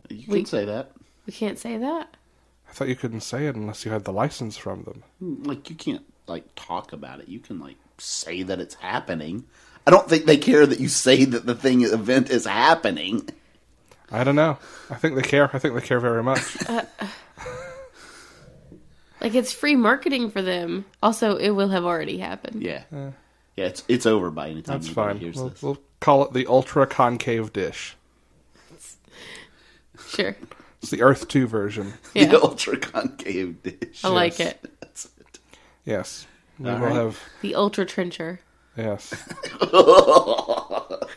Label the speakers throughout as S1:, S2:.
S1: You
S2: We-
S1: can say that.
S2: We can't say that.
S3: I thought you couldn't say it unless you had the license from them.
S1: Like, you can't, like, talk about it. You can, like, say that it's happening. I don't think they care that you say that the thing, event is happening.
S3: I don't know. I think they care. I think they care very much.
S2: Like it's free marketing for them. Also, it will have already happened.
S1: Yeah. yeah, it's it's over by any time
S3: That's
S1: anybody
S3: fine.
S1: hears
S3: We'll,
S1: this.
S3: we'll call it the ultra concave dish.
S2: Sure.
S3: It's the Earth 2 version.
S2: Yeah. Oh.
S1: The ultra concave dish.
S2: I like it.
S1: That's it.
S3: Yes. We
S1: All
S3: will
S1: right.
S3: have.
S2: The ultra trencher.
S3: Yes.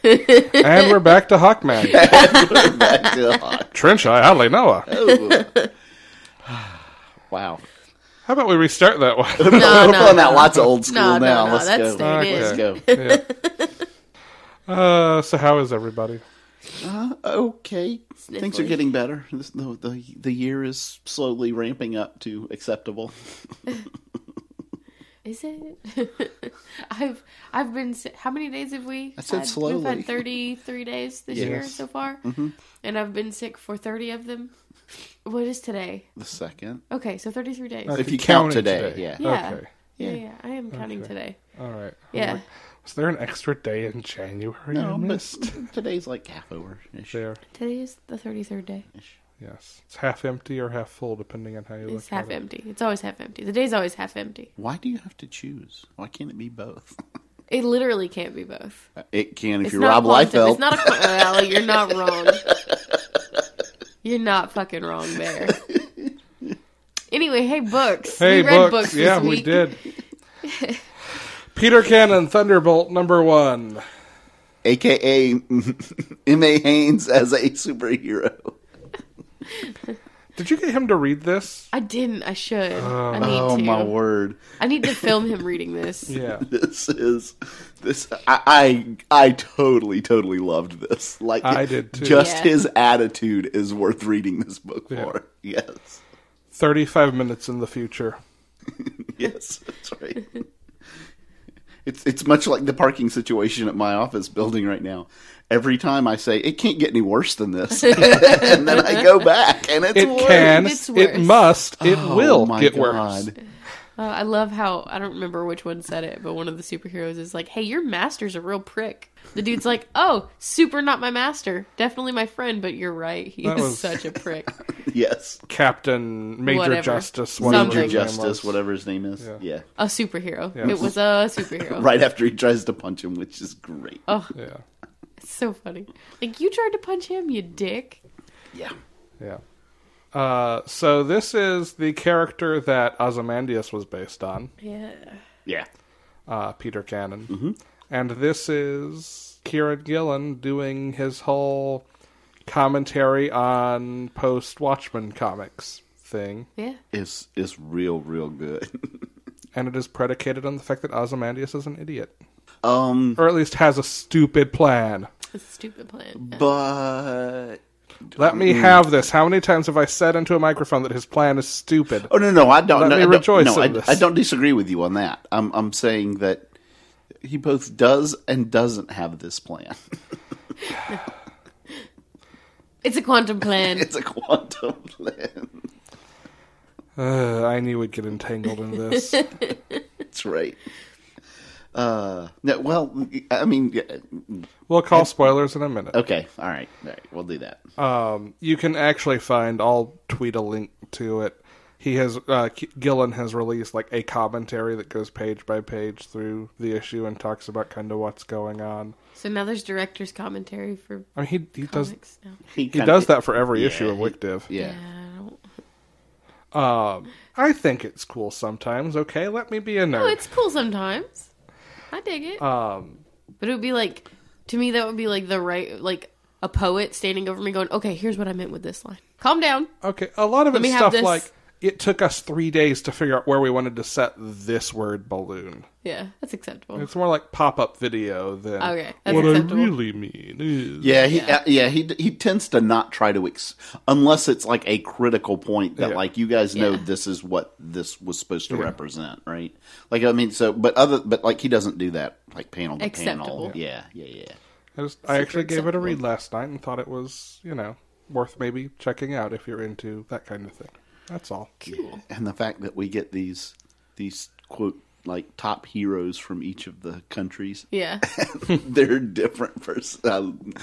S3: and we're back to Hawkman.
S1: Back to hot.
S3: Trench I hardly know her.
S1: Wow.
S3: How about we restart that one?
S1: We're
S2: no,
S1: pulling out lots of old school
S2: No, no,
S1: now.
S2: no,
S1: Let's
S2: that's
S1: go.
S2: staying
S3: in.
S1: Let's go.
S3: Yeah. Uh, so how is everybody?
S1: Okay, things are
S2: Sniffly.
S1: getting better. This, the, the the year is slowly ramping up to acceptable.
S2: Is it? I've I'i've been. s- How many days have we? I
S1: said
S2: We've
S1: slowly.
S2: had thirty three days this year so far, and I've been sick for thirty of them. What is today?
S1: The second,
S2: Okay, so thirty three days.
S1: if
S3: you
S1: you count
S3: counted
S1: today,
S3: today.
S1: yeah,
S2: yeah.
S3: Uh, okay.
S2: yeah, yeah, I am counting today.
S3: All right. I'm
S2: Yeah.
S3: like, was there an extra day in January? I
S1: no, but
S3: missed.
S1: today's like half over. ish.
S3: There.
S2: Today is the thirty third day.
S3: Yes. It's half empty or half full, depending on how you look
S2: It's half
S3: at it.
S2: empty. It's always half empty. The day's always half empty.
S1: Why do you have to choose? Why can't it be both?
S2: It literally can't be both.
S1: It can if
S2: It's
S1: you're
S2: not
S1: Rob
S2: quantum.
S1: Liefeld.
S2: It's not a qu- well, you're not wrong. You're not fucking wrong there. Anyway, hey books.
S3: Hey,
S2: we read books.
S3: books.
S2: this
S3: yeah, we
S2: week.
S3: did. Peter Cannon, Thunderbolt number one.
S1: AKA M. A. Haynes as a superhero.
S3: Did you get him to read this?
S2: I didn't. I should. I need
S1: Oh
S2: to.
S1: my word!
S2: I need to film him reading this.
S3: Yeah.
S1: This is this. I I, I totally totally loved this. Like
S3: I did too.
S1: Just
S2: Yeah.
S1: his attitude is worth reading this book
S3: Yeah.
S1: for. Yes.
S3: 35 minutes in the future.
S1: yes, that's right. It's it's much like the parking situation at my office building right now. Every time I say it can't get any worse than this, and then I go back and it's
S3: It
S1: worse.
S3: can.
S2: It's
S3: It
S2: worse.
S3: must. It
S1: Oh,
S3: will
S1: my
S3: get worse.
S1: God.
S2: Uh, I love how I don't remember which one said it, but one of the superheroes is like, "Hey, your master's a real prick." The dude's like, "Oh, super, not my master. Definitely my friend, but you're right. He
S3: That
S2: is
S3: was-
S2: such a prick."
S1: Yes,
S3: Captain Major
S2: Whatever.
S3: Justice.
S2: Something.
S3: whatever
S1: Major
S3: his name was.
S1: Justice, whatever his name is. Yeah.
S2: A superhero.
S3: Yeah.
S2: It was a superhero.
S1: Right after he tries to punch him, which is great.
S2: Oh,
S3: Yeah.
S2: So funny. Like you tried to punch him, you dick.
S1: Yeah.
S3: Yeah. Uh, so this is the character that Ozymandias was based on,
S2: Yeah.
S1: Yeah.
S3: uh, Peter Cannon,
S1: Mm-hmm.
S3: and this is Kieran Gillen doing his whole commentary on post Watchmen comics thing,
S2: Yeah.
S1: It's it's real, real good.
S3: and it is predicated on the fact that Ozymandias is an idiot,
S1: um
S3: or at least has a stupid plan.
S2: It's a stupid plan. Yeah.
S1: but
S3: Let
S1: Hmm.
S3: me have this. How many times have I said into a microphone that his plan is stupid?
S1: Oh no, no, I don't.
S3: Let
S1: no,
S3: me
S1: I don't-
S3: rejoice
S1: no,
S3: in
S1: I,
S3: this.
S1: I don't disagree with you on that. I'm I'm saying that he both does and doesn't have this plan.
S2: It's a quantum plan.
S1: It's a quantum plan.
S3: Ugh, I knew we'd get entangled in this.
S1: That's right. Uh, no, well, I mean, yeah,
S3: we'll call spoilers in a minute.
S1: okay, all
S3: Uh,
S1: right, all right, we'll do that.
S3: Um, you can actually find. I'll tweet a link to it. he has uh, K- Gillen has released like a commentary that goes page by page through the issue and talks about kind of what's going on.
S2: So now there's director's commentary for
S3: I mean, he he does
S2: comics now.
S3: he
S1: kinda-
S3: does that for every
S1: Yeah,
S3: issue of
S1: he-
S3: Wickdiv.
S1: Yeah.
S2: I don't...
S3: Um, I think it's cool sometimes. Okay, let me be a nerd.
S2: Oh, it's cool sometimes. I dig it.
S3: um,
S2: But it would be like, to me, that would be like the right, like a poet standing over me going, okay, here's what I meant with this line. Calm down.
S3: okay, a lot of
S2: Let
S3: it's
S2: me have
S3: stuff
S2: this-
S3: like it took us three days to figure out where we wanted to set this word balloon.
S2: Yeah, that's acceptable.
S3: It's more like pop up video than
S2: Okay, that's
S3: what
S2: acceptable.
S3: I really mean is
S1: Yeah, he yeah, yeah he he tends to not try to ex- unless it's like a critical point that
S3: Yeah.
S1: like you guys know
S2: Yeah.
S1: this is what this was supposed to represent, right? Like I mean, so but other but like he doesn't do that like panel to
S2: Acceptable.
S1: panel. Yeah, yeah, yeah.
S3: I, just, I actually gave it a read last night and thought it was, you know, worth maybe checking out if you're into that kind of thing. That's all.
S1: And the fact that we get these these quote like top heroes from each of the countries,
S2: Yeah.
S1: they're different person. Um,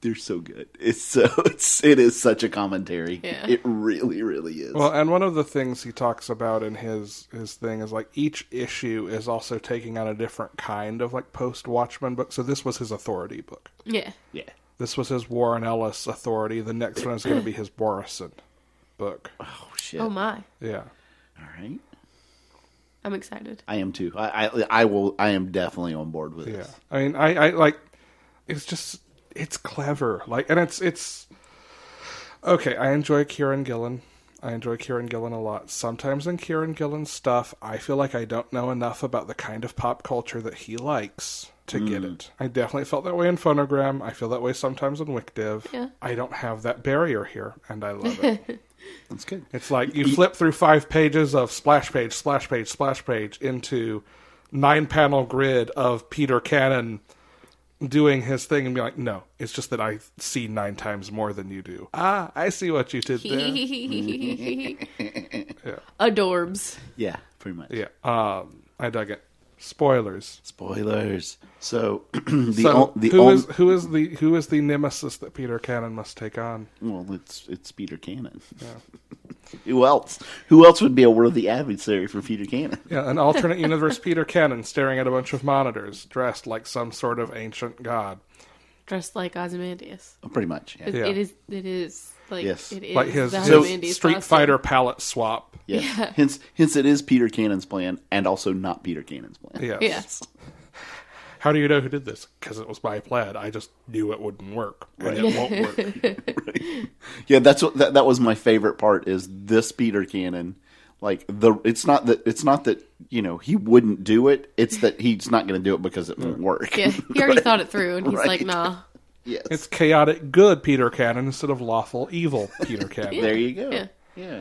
S1: they're so good. It's so it's it is such a commentary.
S2: Yeah.
S1: It really, really is.
S3: Well, and one of the things he talks about in his his thing is like each issue is also taking on a different kind of like post Watchmen book. So this was his authority book.
S2: Yeah.
S1: yeah.
S3: This was his Warren Ellis authority. The next one is going to be his Morrison book.
S1: Oh shit.
S2: Oh, my.
S3: Yeah.
S1: All right.
S2: I'm excited.
S1: I am too. I, I I will. I am definitely on board with
S3: Yeah.
S1: this.
S3: I mean, I, I like. It's just it's clever. Like, and it's it's. Okay, I enjoy Kieran Gillen. I enjoy Kieran Gillen a lot. Sometimes in Kieran Gillen's stuff, I feel like I don't know enough about the kind of pop culture that he likes to get it. I definitely felt that way in Phonogram. I feel that way sometimes in Wikdiv.
S2: Yeah.
S3: I don't have that barrier here, and I love it.
S1: That's good.
S3: It's like you flip through five pages of splash page, splash page, splash page into nine panel grid of Peter Cannon doing his thing and be like, no, it's just that I see nine times more than you do. Ah, I see what you did there.
S2: Adorbs.
S1: Yeah, pretty much.
S3: yeah, um, I dug it. Spoilers.
S1: Spoilers. So the
S3: so
S1: on, the
S3: who
S1: on,
S3: is- who is the who is the nemesis that Peter Cannon must take on?
S1: well, it's it's Peter Cannon. who else? Who else would be a worthy adversary for Peter Cannon?
S3: Yeah, an alternate universe Peter Cannon staring at a bunch of monitors, dressed like some sort of ancient god.
S2: Dressed like Ozymandias.
S1: Oh, Pretty much. Yeah.
S2: It,
S3: Yeah.
S2: it is. It is. Like,
S1: Yes.
S2: It is
S3: Like his,
S2: the
S3: his
S2: Ozymandias
S3: Street
S2: costume.
S3: Fighter palette swap.
S1: Yes. Hence, hence it is Peter Cannon's plan, and also not Peter Cannon's plan.
S3: Yes.
S2: Yes.
S3: How do you know who did this? Because it was my plan. I just knew it wouldn't work. And it won't work.
S1: Yeah, that's what that, that was my favorite part is this Peter Cannon. Like the it's not that it's not that, you know, he wouldn't do it, it's that he's not gonna do it because it won't work.
S2: Yeah. He already thought it through, and he's like,
S1: Right.
S2: nah.
S1: yes.
S3: It's chaotic good Peter Cannon instead of lawful evil Peter Cannon.
S1: There you go.
S2: Yeah.
S1: Yeah.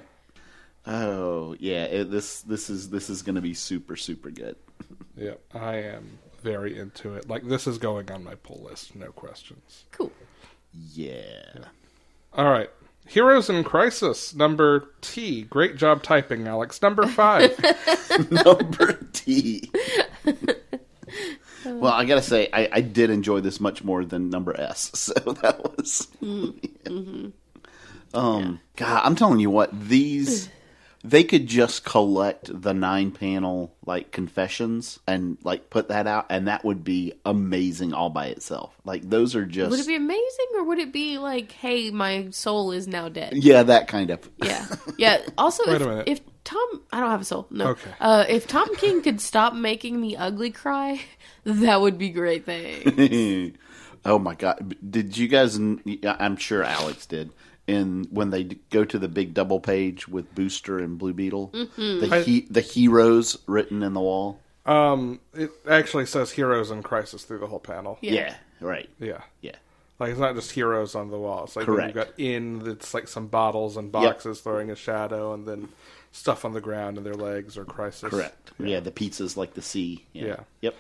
S1: Oh yeah, it, this this is this is going to be super super good.
S3: Yep. I am very into it. Like, this is going on my pull list, no questions.
S2: Cool.
S1: Yeah.
S3: All right. Heroes in Crisis, number T. Great job typing, Alex. Number five.
S1: Number T. well, I gotta say, I, I did enjoy this much more than number S. So that was.
S2: Mm-hmm.
S1: Um, God, I'm telling you what these. They could just collect the nine panel like confessions and like put that out, and that would be amazing all by itself. Like those are just
S2: Would it be amazing, or would it be like, hey, my soul is now dead?
S1: yeah, that kind of
S2: Yeah. Yeah. Also,
S3: Wait
S2: if,
S3: a minute.
S2: if Tom, I don't have a soul. No.
S3: Okay.
S2: Uh, if Tom King could stop making me ugly cry, that would be great thing.
S1: oh my god! Did you guys? I'm sure Alex did. And when they go to the big double page with Booster and Blue Beetle,
S2: Mm-hmm.
S1: the he, the heroes written in the wall.
S3: um, it actually says Heroes in Crisis through the whole panel.
S2: Yeah.
S1: right.
S3: Yeah.
S1: Yeah,
S3: Like it's not just heroes on the wall. It's like when
S1: Correct.
S3: you've got in it's like some bottles and boxes throwing a shadow, and then stuff on the ground and their legs or crisis.
S1: correct. Yeah. the pizza's like the sea.
S3: Yeah.
S1: Yep.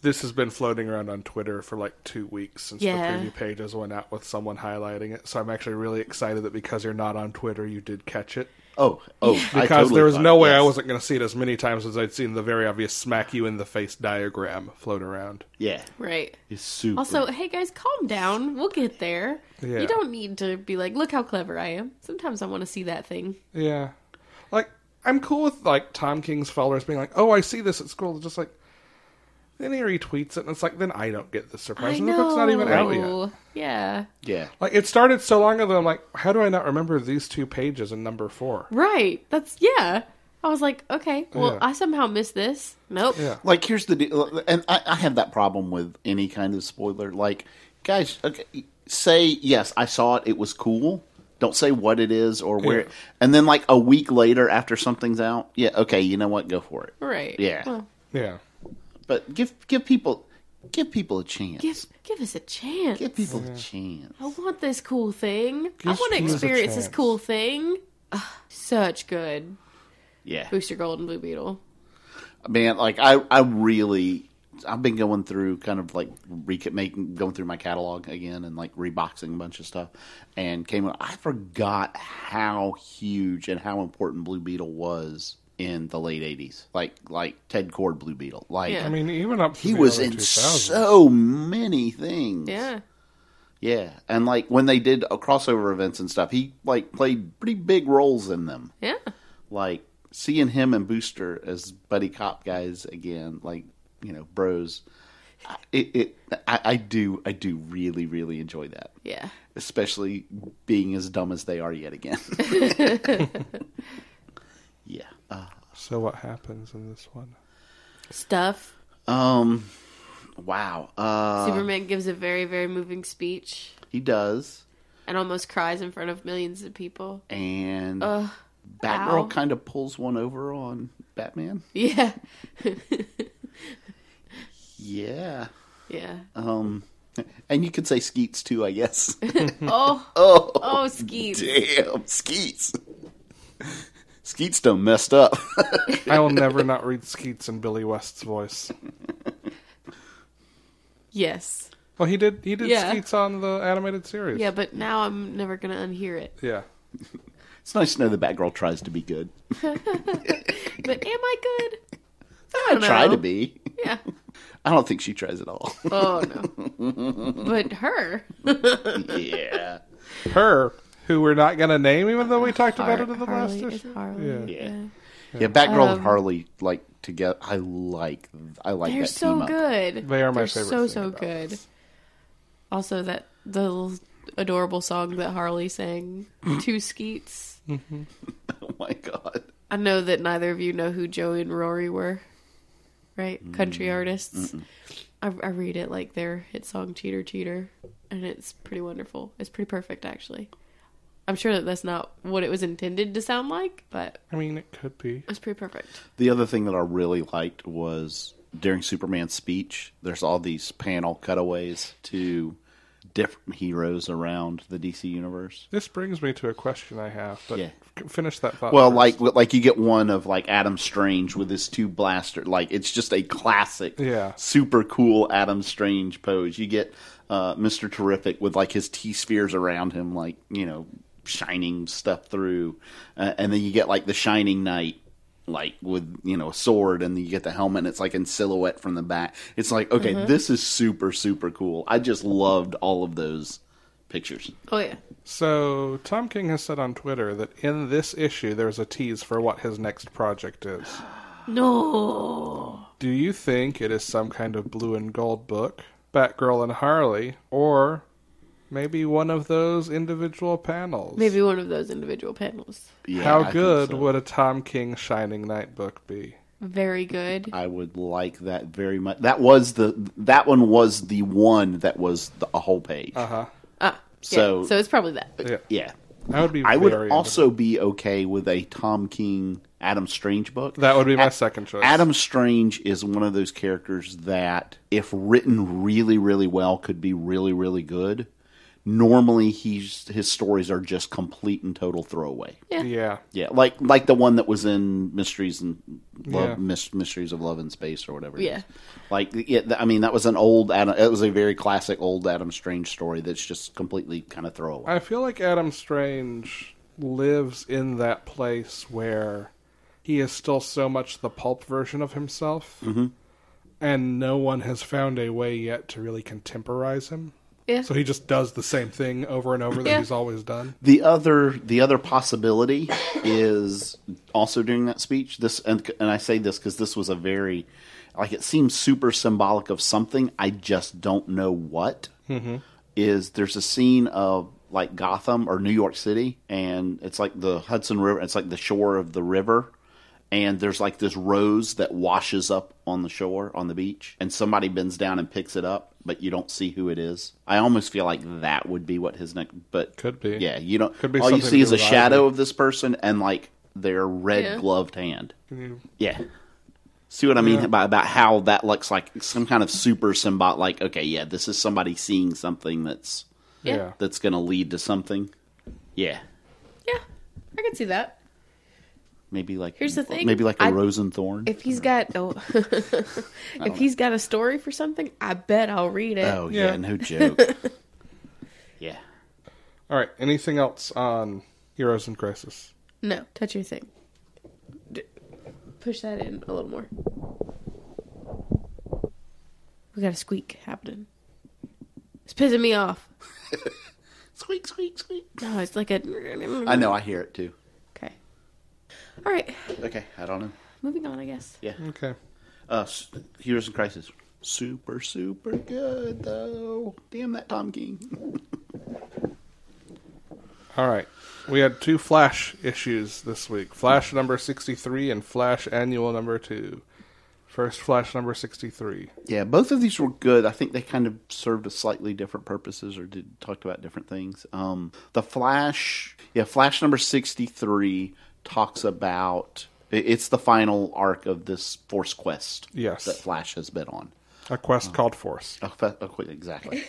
S3: This has been floating around on Twitter for like two weeks since
S2: Yeah.
S3: the preview pages went out with someone highlighting it. So I'm actually really excited that because you're not on Twitter, you did catch it.
S1: Oh, oh, I
S3: Because
S1: totally
S3: there was
S1: thought-
S3: no way I
S1: yes.
S3: wasn't going to see it as many times as I'd seen the very obvious smack you in the face diagram float around.
S1: Yeah,
S2: Right.
S1: it's super.
S2: Also, hey guys, calm down. We'll get there.
S3: Yeah.
S2: You don't need to be like, look how clever I am. Sometimes I want to see that thing.
S3: Yeah. Like, I'm cool with like Tom King's followers being like, "Oh, I see this at school." It's just like, then he retweets it, and it's like, then I don't get the surprise.
S2: I
S3: and
S2: know.
S3: The book's not even out yet.
S2: Yeah.
S1: Yeah.
S3: Like, it started so long ago. I'm like, how do I not remember these two pages in number four?
S2: Right. That's yeah. I was like, okay, well,
S3: Yeah.
S2: I somehow missed this. Nope.
S3: Yeah.
S1: Like, here's the deal. And I, I have that problem with any kind of spoiler. Like, guys, okay, say, yes, I saw it. It was cool. Don't say what it is or where.
S3: Yeah.
S1: And then, like, a week later after something's out, yeah, okay, you know what? Go for it.
S2: Right.
S1: Yeah.
S2: Well,
S3: Yeah.
S1: But give give people give people a chance.
S2: give give us a chance.
S1: Give people a chance.
S2: I want this cool thing. I
S3: Give
S2: want to
S3: us a
S2: experience this
S3: chance.
S2: cool thing. Ugh, such good
S1: Yeah.
S2: Booster Gold and Blue Beetle.
S1: man like i i really i've been going through kind of like re- making going through my catalog again and like reboxing a bunch of stuff and came i forgot how huge and how important blue beetle was in the late 80s like like ted cord blue beetle like
S2: Yeah.
S3: I mean, even up. To
S1: he
S3: the
S1: was
S3: early
S1: in
S3: 2000s.
S1: so many things
S2: Yeah.
S1: yeah and like when they did uh, crossover events and stuff he like played pretty big roles in them
S2: Yeah.
S1: like seeing him and Booster as buddy cop guys again, like you know, bros. I- It, it I, I do I do really really enjoy that,
S2: Yeah.
S1: especially being as dumb as they are yet again. yeah. Uh,
S3: So what happens in this one?
S2: Stuff.
S1: um. Wow. Uh,
S2: Superman gives a very very moving speech
S1: he does,
S2: and almost cries in front of millions of people.
S1: and
S2: Ugh.
S1: Batgirl
S2: ow.
S1: kind of pulls one over on Batman.
S2: Yeah.
S1: Yeah.
S2: yeah.
S1: Um. And you could say Skeets too, I guess.
S2: Oh.
S1: oh.
S2: Oh, Skeets.
S1: Damn, Skeets. Skeets done messed up.
S3: I will never not read Skeets and Billy West's voice.
S2: Yes.
S3: Well, he did. He did
S2: Yeah.
S3: Skeets on the animated series.
S2: Yeah, but now I'm never gonna unhear it.
S3: Yeah.
S1: it's nice to know the Batgirl tries to be good.
S2: But am I good?
S1: I,
S2: don't
S1: try
S2: know.
S1: to be.
S2: Yeah.
S1: I don't think she tries at all.
S2: Oh no. but her.
S1: yeah.
S3: her, who we're not going to name, even though we talked about it
S2: Har-
S3: in the
S2: Harley
S3: last
S2: is
S3: issue.
S2: Harley.
S3: Yeah.
S1: Yeah. Yeah, Batgirl
S2: Um,
S1: and Harley like together. I like I like
S2: They're
S1: that
S2: so
S1: team up.
S2: good.
S3: They are my
S2: They're
S3: favorite
S2: So
S3: thing
S2: so
S3: about
S2: good. Also, that the little adorable song that Harley sang to Skeets.
S1: Oh my god.
S2: I know that neither of you know who Joey and Rory were, right? Country artists. I, I read it like their hit song "Cheater Cheater," and it's pretty wonderful. It's pretty perfect, actually. I'm sure that that's not what it was intended to sound like, but
S3: I mean, it could be.
S2: it's pretty perfect.
S1: The other thing that I really liked was during Superman's speech, there's all these panel cutaways to different heroes around the DC universe.
S3: This brings me to a question I have, but
S1: Yeah.
S3: f- finish that thought.
S1: Well,
S3: first.
S1: like like you get one of like Adam Strange with his two blaster. Like it's just a classic,
S3: Yeah.
S1: super cool Adam Strange pose. You get uh, Mister Terrific with like his T spheres around him, like you know, shining stuff through, uh, and then you get like the Shining Knight. Like with you know a sword, and you get the helmet, and it's like in silhouette from the back. It's like okay,
S3: Mm-hmm.
S1: this is super super cool. I just loved all of those pictures.
S2: Oh yeah,
S3: So, Tom King has said on Twitter that in this issue, there's a tease for what his next project is.
S2: no.
S3: Do you think it is some kind of blue and gold book, Batgirl and Harley, or maybe one of those individual panels?
S2: Maybe one of those individual panels.
S1: Yeah, I
S3: How
S1: think
S3: good
S1: so.
S3: would a Tom King Shining Night book be?
S2: Very good.
S1: I would like that very much. That was the that one was the one that was the, a whole page.
S3: Uh huh.
S2: Ah, so
S1: So-
S2: so it's probably that.
S3: Yeah.
S1: Yeah,
S3: I would be.
S1: I would
S3: very
S1: also be okay with a Tom King Adam Strange book.
S3: That would be my
S1: A-
S3: second choice.
S1: Adam Strange is one of those characters that, if written really, really well, could be really, really good. Normally, he's his stories are just complete and total throwaway.
S3: Yeah.
S1: Yeah, like like the one that was in Mysteries and Love,
S3: Yeah.
S1: Mys- Mysteries of Love and Space or whatever. it
S2: Yeah.
S1: is. like yeah, th- I mean that was an old Adam. It was a very classic old Adam Strange story that's just completely kind of throwaway.
S3: I feel like Adam Strange lives in that place where he is still so much the pulp version of himself, and no one has found a way yet to really contemporize him.
S2: Yeah.
S3: So he just does the same thing over and over that
S2: Yeah.
S3: he's always done.
S1: The other the other possibility is also during that speech. This and and I say this because this was a very like it seems super symbolic of something. I just don't know what is.
S3: Mm-hmm.
S1: There's a scene of like Gotham or New York City, and it's like the Hudson River. It's like the shore of the river. And there's like this rose that washes up on the shore, on the beach, and somebody bends down and picks it up, but you don't see who it is. I almost feel like that would be what his next, but
S3: Could be.
S1: yeah, you don't.
S3: Could be
S1: all you
S3: something
S1: see
S3: to
S1: is
S3: do
S1: a
S3: with
S1: shadow
S3: Ivy.
S1: of this person and like their red
S2: Yeah.
S1: gloved hand.
S3: Can you-
S1: Yeah. See what I mean about about how that looks like some kind of super symbot. Like, okay, yeah, this is somebody seeing something that's
S2: Yeah.
S3: yeah.
S1: that's going to lead to something. Yeah,
S2: Yeah. I could see that.
S1: maybe like
S2: Here's the thing,
S1: Maybe like a
S2: I-
S1: rose and thorn.
S2: If he's got oh, if he's got a story for something, I bet I'll read it.
S1: oh yeah,
S3: Yeah.
S1: no joke. yeah,
S3: All right. Anything else on Heroes and Crisis?
S2: No, touch your thing. D- push that in a little more. We got a squeak happening. It's pissing me off.
S1: squeak, squeak, squeak.
S2: No, it's like a.
S1: I know, I hear it too.
S2: Okay. All right,
S1: Okay, I don't know.
S2: moving on. I guess.
S3: Okay.
S1: Uh, s- Heroes in Crisis. Super, super good though. Damn that Tom King.
S3: All right. We had two Flash issues this week Flash number 63 and Flash Annual number 2. First Flash number 63.
S1: Yeah, both of these were good. I think they kind of served a slightly different purposes or did talked about different things. Um, the Flash, yeah, Flash number sixty three talks about i- it's the final arc of this Force Quest.
S3: Yes.
S1: that Flash has been on.
S3: A quest called Force.
S1: Oh, fa- oh, wait, exactly.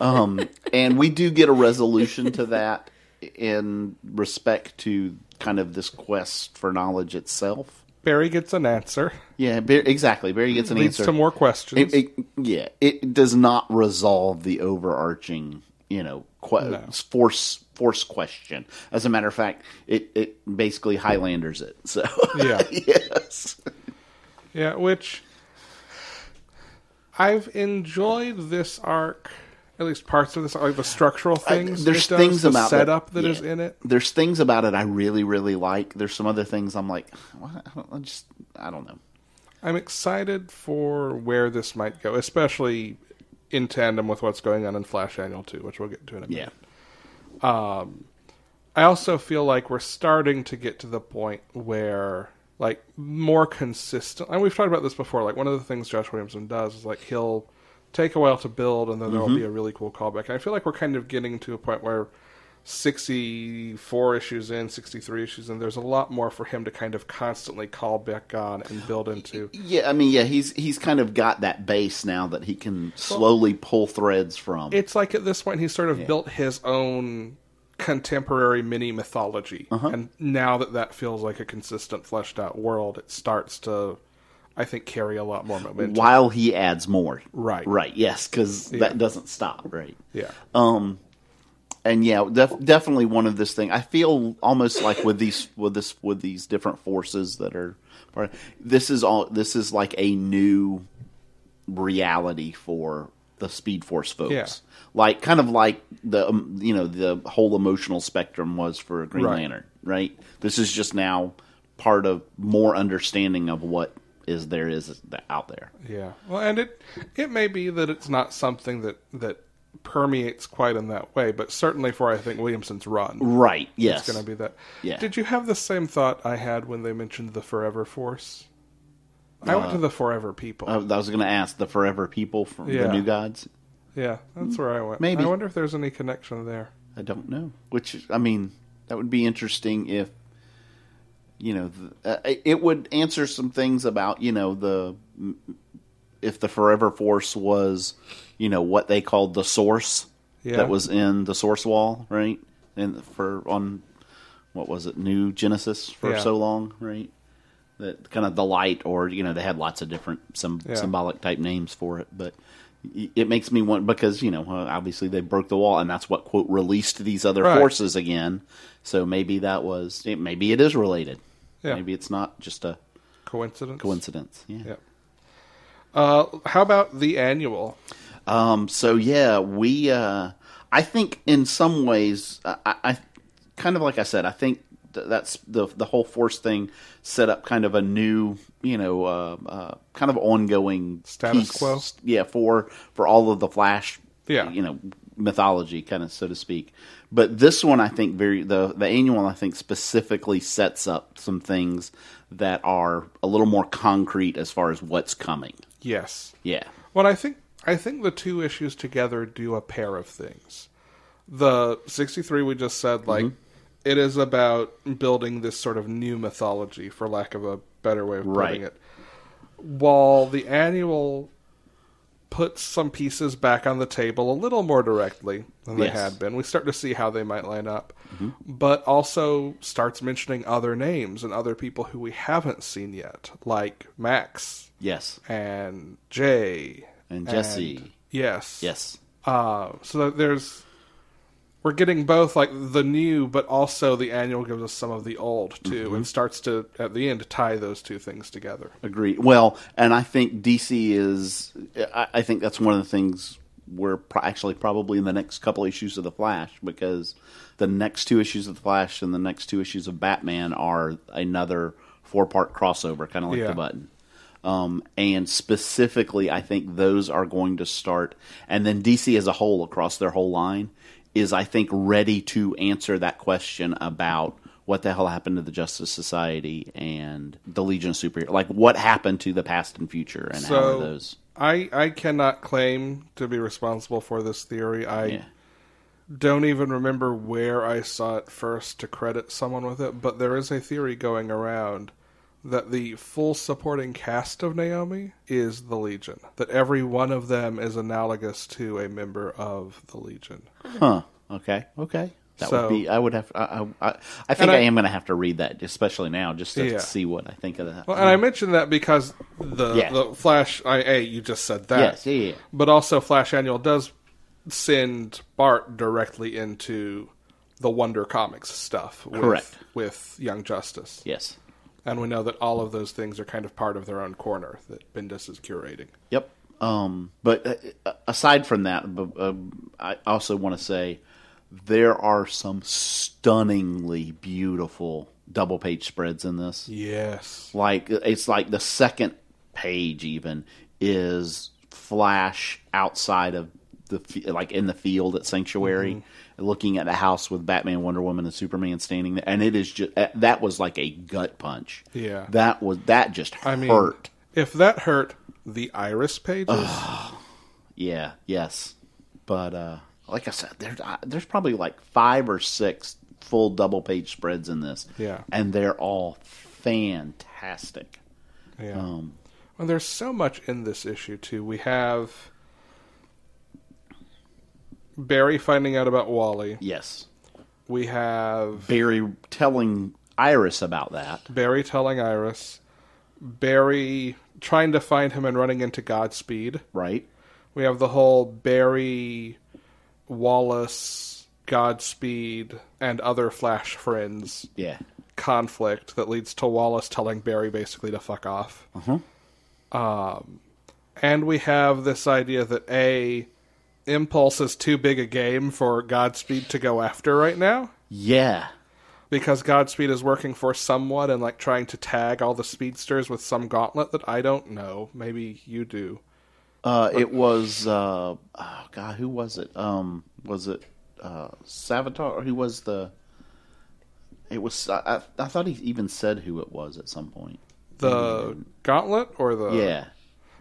S1: um, and we do get a resolution to that in respect to kind of this quest for knowledge itself.
S3: Barry gets an answer.
S1: Yeah, Bar- exactly. Barry gets an
S3: leads
S1: answer.
S3: to more questions.
S1: It, it, yeah, it does not resolve the overarching, you know, que- force force question. As a matter of fact, it it basically Highlanders it. So
S3: Yeah.
S1: yes,
S3: Yeah, which I've enjoyed this arc, at least parts of this arc, like the structural things. it
S1: there's
S3: does,
S1: things
S3: the
S1: about
S3: setup
S1: that-
S3: that is
S1: yeah.
S3: in it.
S1: there's things about it I really really like. There's some other things I'm like, what? I, don't, I just I don't know.
S3: I'm excited for where this might go, especially in tandem with what's going on in Flash Annual 2, which we'll get to in a minute.
S1: Yeah,
S3: I also feel like we're starting to get to the point where like more consistent and we've talked about this before, like one of the things Josh Williamson does is like he'll take a while to build and then there'll be a really cool callback. And I feel like we're kind of getting to a point where sixty four issues in, sixty three issues in, there's a lot more for him to kind of constantly call back on and build into.
S1: yeah. I mean, yeah. He's he's kind of got that base now that he can slowly pull threads from.
S3: it's like at this point he's sort of built his own contemporary mini mythology
S1: Uh-huh.
S3: and now that that feels like a consistent fleshed out world it starts to i think carry a lot more momentum
S1: while he adds more.
S3: Right.
S1: Right. Yes, because that doesn't stop. Right.
S3: yeah
S1: Uh. And yeah, def- definitely one of this thing. I feel almost like with these with this with these different forces that are. part- This is all. This is like a new reality for the Speed Force folks.
S3: Yeah.
S1: Like kind of like the um, you know the whole emotional spectrum was for Green
S3: Right.
S1: Lantern. Right. This is just now part of more understanding of what is there is out there.
S3: yeah well and it it may be that it's not something that that permeates quite in that way but certainly for i think williamson's run
S1: Right. Yes.
S3: it's going to be that
S1: Yeah.
S3: did you have the same thought i had when they mentioned the forever force i went to the forever people
S1: Uh, I I was going to ask the Forever People from the
S3: Yeah.
S1: New Gods.
S3: yeah that's where i went
S1: Mm, maybe.
S3: i wonder if there's any connection there
S1: I don't know. Which I mean, that would be interesting if you know the, uh, it would answer some things about you know the if the Forever Force was you know what they called the source
S3: Yeah.
S1: that was in the Source Wall, right? And for on what was it New Genesis for
S3: Yeah.
S1: so long, right? That kind of the light, or you know, they had lots of different some
S3: Yeah.
S1: symbolic type names for it, but y- it makes me want because you know uh, obviously they broke the wall and that's what quote released these other
S3: Right.
S1: forces again so maybe that was it, maybe it is related
S3: Yeah.
S1: maybe it's not just a
S3: coincidence
S1: coincidence yeah
S3: Yep. Uh, how about the annual?
S1: Um, so yeah, we. Uh, I think in some ways, I, I kind of like I said, I think th- that's the the whole force thing set up kind of a new, you know, uh, uh, kind of ongoing
S3: Status quo?
S1: Yeah, for for all of the Flash.
S3: Yeah.
S1: you know, mythology, kind of so to speak. But this one, I think, very the the annual, I think, specifically sets up some things that are a little more concrete as far as what's coming.
S3: Yes.
S1: Yeah.
S3: Well, I think I think the two issues together do a pair of things. The 63 we just said like
S1: Mm-hmm.
S3: it is about building this sort of new mythology for lack of a better way of
S1: Right.
S3: putting it. While the annual puts some pieces back on the table a little more directly than they
S1: Yes. Mm-hmm.
S3: had been. We start to see how they might line up, but also starts mentioning other names and other people who we haven't seen yet, like Max
S1: Yes.
S3: and Jay
S1: And Jesse.
S3: yes,
S1: Yes.
S3: Uh, so that there's we're getting both like the new, but also the annual gives us some of the old too,
S1: Mm-hmm.
S3: and starts to at the end tie those two things together.
S1: Agreed. Well, and I think DC is. I, I think that's one of the things we're pro- actually probably in the next couple issues of the Flash because the next two issues of the Flash and the next two issues of Batman are another four part crossover, kind of like
S3: Yeah.
S1: the button. Um, and specifically, I think those are going to start, and then DC as a whole across their whole line is, I think, ready to answer that question about what the hell happened to the Justice Society and the Legion of Superheroes, like what happened to the past and future, and how are
S3: so
S1: those?
S3: I I cannot claim to be responsible for this theory. I
S1: Yeah.
S3: don't even remember where I saw it first to credit someone with it, but there is a theory going around that the full supporting cast of Naomi is the Legion. That every one of them is analogous to a member of the Legion.
S1: Huh. Okay. Okay. That
S3: So-
S1: would be. I would have. I. I, I, I think
S3: And
S1: I,
S3: I-
S1: am going to have to read that, especially now, just to
S3: Yeah.
S1: see what I think of that.
S3: Well, and I mentioned that because the
S1: Yeah.
S3: the Flash IA you just said that.
S1: yes. Yeah. yeah.
S3: But also Flash Annual does send Bart directly into the Wonder Comics stuff with,
S1: Correct.
S3: with Young Justice.
S1: Yes.
S3: And we know that all of those things are kind of part of their own corner that Bendis is curating.
S1: Yep. Um, but uh, aside from that, b- um, I also want to say there are some stunningly beautiful double page spreads in this.
S3: Yes.
S1: Like it's like the second page even is Flash outside of the f- like in the field at Sanctuary,
S3: Mm-hmm.
S1: looking at the house with Batman, Wonder Woman, and Superman standing there, and it is just that was like a gut punch.
S3: Yeah.
S1: that was that just
S3: I mean,
S1: hurt.
S3: if that hurt, the Iris pages.
S1: Yeah. Yes. But uh, like I said, there's I- there's probably like five or six full double page spreads in this.
S3: Yeah.
S1: and they're all fantastic.
S3: Yeah. well, there's so much in this issue too. We have Barry finding out about Wally.
S1: Yes,
S3: We have
S1: Barry telling Iris about that.
S3: Barry telling Iris. Barry trying to find him and running into Godspeed.
S1: Right.
S3: We have the whole Barry, Wallace, Godspeed, and other Flash friends
S1: Yeah.
S3: conflict that leads to Wallace telling Barry basically to fuck off. Um, and we have this idea that A, Impulse is too big a game for Godspeed to go after right now
S1: Yeah.
S3: because Godspeed is working for someone and like trying to tag all the speedsters with some gauntlet that I don't know. Maybe you do.
S1: Uh, it was uh, oh god, who was it? Um, was it uh, Savitar? Who was the? It was. I, I, I thought he even said who it was at some point.
S3: The gauntlet or the
S1: yeah.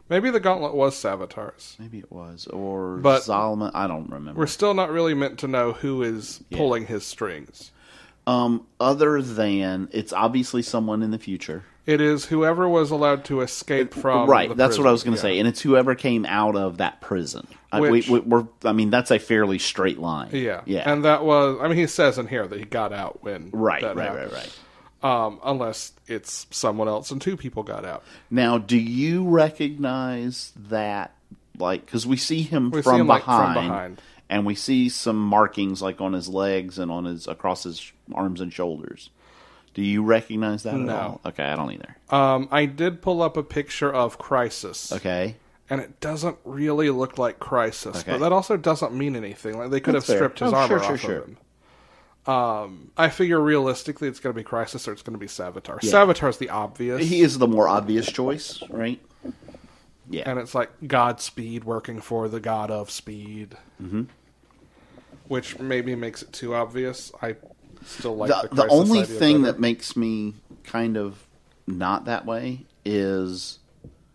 S3: Maybe the gauntlet was Savitar's.
S1: Maybe it was, or
S3: But-
S1: Solomon. I don't remember.
S3: We're still not really meant to know who is pulling his strings.
S1: Um, other than it's obviously someone in the future,
S3: It is whoever was allowed to escape from
S1: Uh, right?
S3: the
S1: That's what I was
S3: prison.
S1: going to say, and it's whoever came out of that prison. I, we,
S3: Which-
S1: we, we're, I mean, that's a fairly straight line.
S3: Yeah.
S1: yeah,
S3: And that was I mean he says in here that he got out when
S1: right,
S3: that
S1: right, right,
S3: happened.
S1: right.
S3: Um unless it's someone else and two people got out.
S1: Now, do you recognize that? Like, because we see him,
S3: We see
S1: from,
S3: him, like, from
S1: behind,
S3: behind.
S1: and we see some markings like on his legs and on his across his sh- arms and shoulders. Do you recognize that
S3: No.
S1: at all? Okay, I don't either.
S3: Um I did pull up a picture of Crisis.
S1: Okay.
S3: and it doesn't really look like Crisis, but
S1: Okay.
S3: that also doesn't mean anything. Like they could
S1: That's
S3: have
S1: fair.
S3: stripped his
S1: Oh,
S3: armor
S1: sure, sure,
S3: off
S1: sure.
S3: of him. Um, I figure realistically, it's going to be Crisis or it's going to be Savitar.
S1: Yeah.
S3: Savitar's the obvious,
S1: He is the more obvious choice, right? Yeah.
S3: and it's like Godspeed working for the God of Speed, mm-hmm. which maybe makes it too obvious. I still like the,
S1: the, the
S3: Crisis
S1: only
S3: idea
S1: thing
S3: better.
S1: that makes me kind of not that way is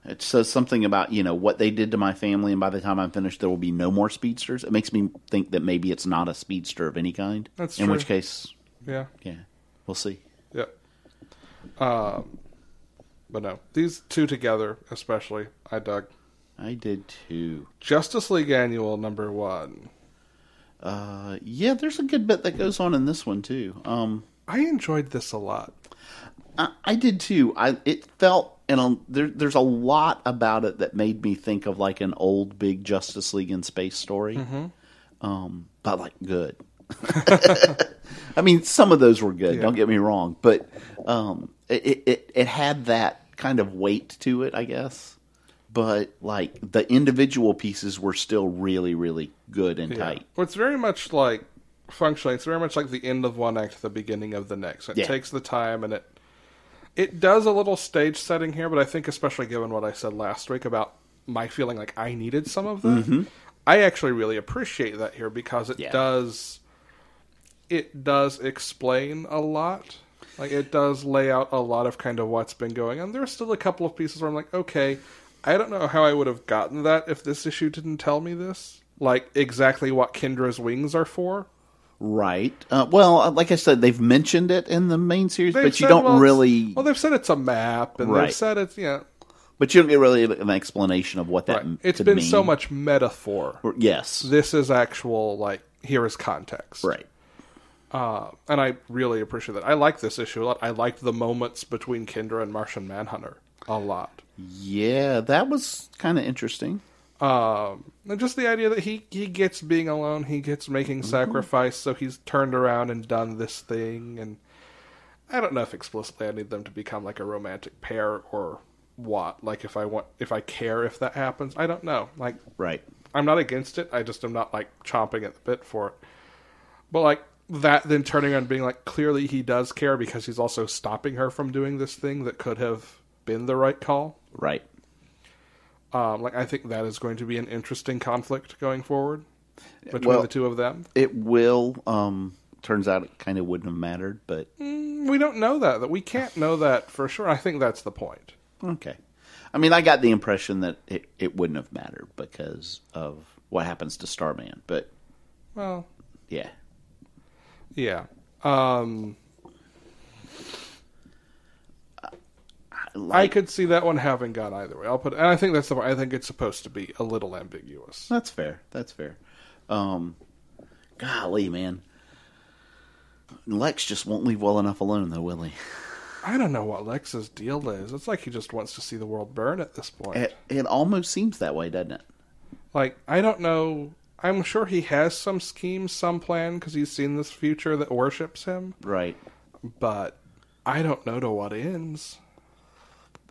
S1: it says something about you know what they did to my family and by the time i'm finished there will be no more speedsters it makes me think that maybe it's not a speedster of any kind
S3: That's
S1: in
S3: true.
S1: which case
S3: yeah.
S1: yeah we'll see
S3: Yeah. Um, but no, these two together, especially, I dug.
S1: i did too
S3: Justice League Annual number one.
S1: uh, yeah there's a good bit that goes on in this one too um,
S3: I enjoyed this a lot.
S1: I, I did too. I it felt and a, there, there's a lot about it that made me think of like an old big Justice League in space story,
S3: Mm-hmm.
S1: um, but like good. I mean, some of those were good. Don't get me wrong, but um, it, it- it it had that kind of weight to it, I guess. But like the individual pieces were still really, really good and tight.
S3: Well, it's very much like functionally. It's very much like the end of one act, the beginning of the next. It
S1: Yeah.
S3: takes the time, and it it does a little stage setting here. But I think, especially given what I said last week about my feeling like I needed some of that, I actually really appreciate that here because it
S1: Yeah.
S3: does it does explain a lot. Like it does lay out a lot of kind of what's been going on. There's still a couple of pieces where I'm like, okay, I don't know how I would have gotten that if this issue didn't tell me this. Like exactly what Kendra's wings are for.
S1: Right. Uh, well, like I said, they've mentioned it in the main series,
S3: They've
S1: but you
S3: said,
S1: don't
S3: well, it's-
S1: really.
S3: Well, they've said it's a map, and
S1: Right.
S3: they've said it's yeah.
S1: But you don't get really an explanation of what that
S3: Right.
S1: m-
S3: It's
S1: could
S3: been
S1: mean.
S3: so much metaphor.
S1: Or- Yes,
S3: This is actual like here is context,
S1: right.
S3: And I really appreciate that. I like this issue a lot. I liked the moments between Kendra and Martian Manhunter a lot.
S1: Yeah, that was kind of interesting.
S3: Um, and just the idea that he he gets being alone, he gets making sacrifice, so he's turned around and done this thing. And I don't know if explicitly I need them to become like a romantic pair or what. Like if I want, if I care if that happens, I don't know. Like
S1: Right.
S3: I'm not against it. I just am not like chomping at the bit for it. But like that, then turning around and being like, clearly he does care because he's also stopping her from doing this thing that could have been the right call.
S1: Right.
S3: Um, like I think that is going to be an interesting conflict going forward between
S1: Well-
S3: the two of them.
S1: It will. Um, turns out it kind of wouldn't have mattered, but
S3: We don't know that. That we can't know that for sure. I think that's the point.
S1: okay. I mean, I got the impression that it, it wouldn't have mattered because of what happens to Starman, but
S3: Well,
S1: yeah.
S3: yeah. Um, I
S1: Like,
S3: could see that one having gone either way. I'll put, and I think that's the. I think it's supposed to be a little ambiguous.
S1: That's fair. That's fair. Um, golly, man. Lex just won't leave well enough alone, though, will he?
S3: I don't know what Lex's deal is. It's like he just wants to see the world burn at this point.
S1: It, it almost seems that way, doesn't it?
S3: like, I don't know. I'm sure he has some scheme, some plan, because he's seen this future that worships him,
S1: Right.
S3: but I don't know to what ends.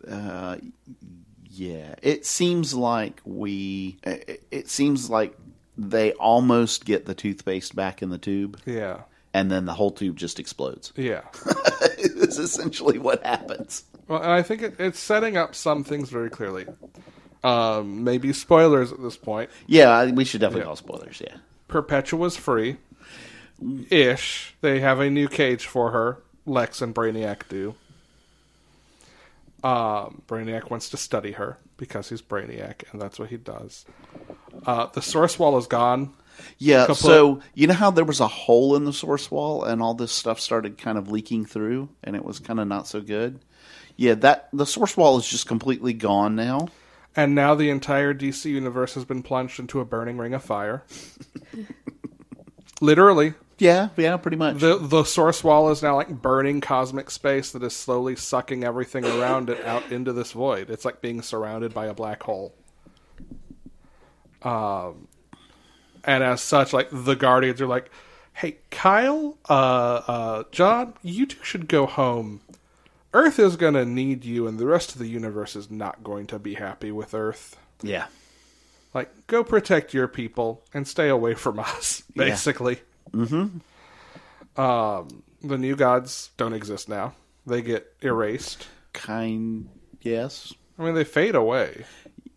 S1: Yeah. It seems like we. It, it seems like they almost get the toothpaste back in the tube,
S3: Yeah.
S1: and then the whole tube just explodes.
S3: Yeah.
S1: Is essentially what happens.
S3: Well, and I think it, it's setting up some things very clearly. Um, maybe spoilers at this point.
S1: Yeah, I- we should definitely
S3: Yeah.
S1: call spoilers. Yeah.
S3: Perpetua's free. Ish. They have a new cage for her. Lex and Brainiac do. Um, Brainiac wants to study her because he's Brainiac, and that's what he does. Uh, the source wall is gone.
S1: Yeah,
S3: Couple-
S1: so you know how there was a hole in the source wall and all this stuff started kind of leaking through and it was kind of not so good? Yeah, that the source wall is just completely gone now.
S3: And now the entire DC universe has been plunged into a burning ring of fire. Literally,
S1: Yeah, yeah, pretty much.
S3: the the source wall is now like burning cosmic space that is slowly sucking everything around it out into this void. It's like being surrounded by a black hole. Um, and as such, like the guardians are like, "Hey, Kyle, uh, uh, John, you two should go home. Earth is gonna need you, and the rest of the universe is not going to be happy with Earth."
S1: Yeah.
S3: Like, go protect your people and stay away from us, basically. Mm-hmm. Um, the new gods don't exist now. They get erased.
S1: Kind. Yes.
S3: I mean, they fade away.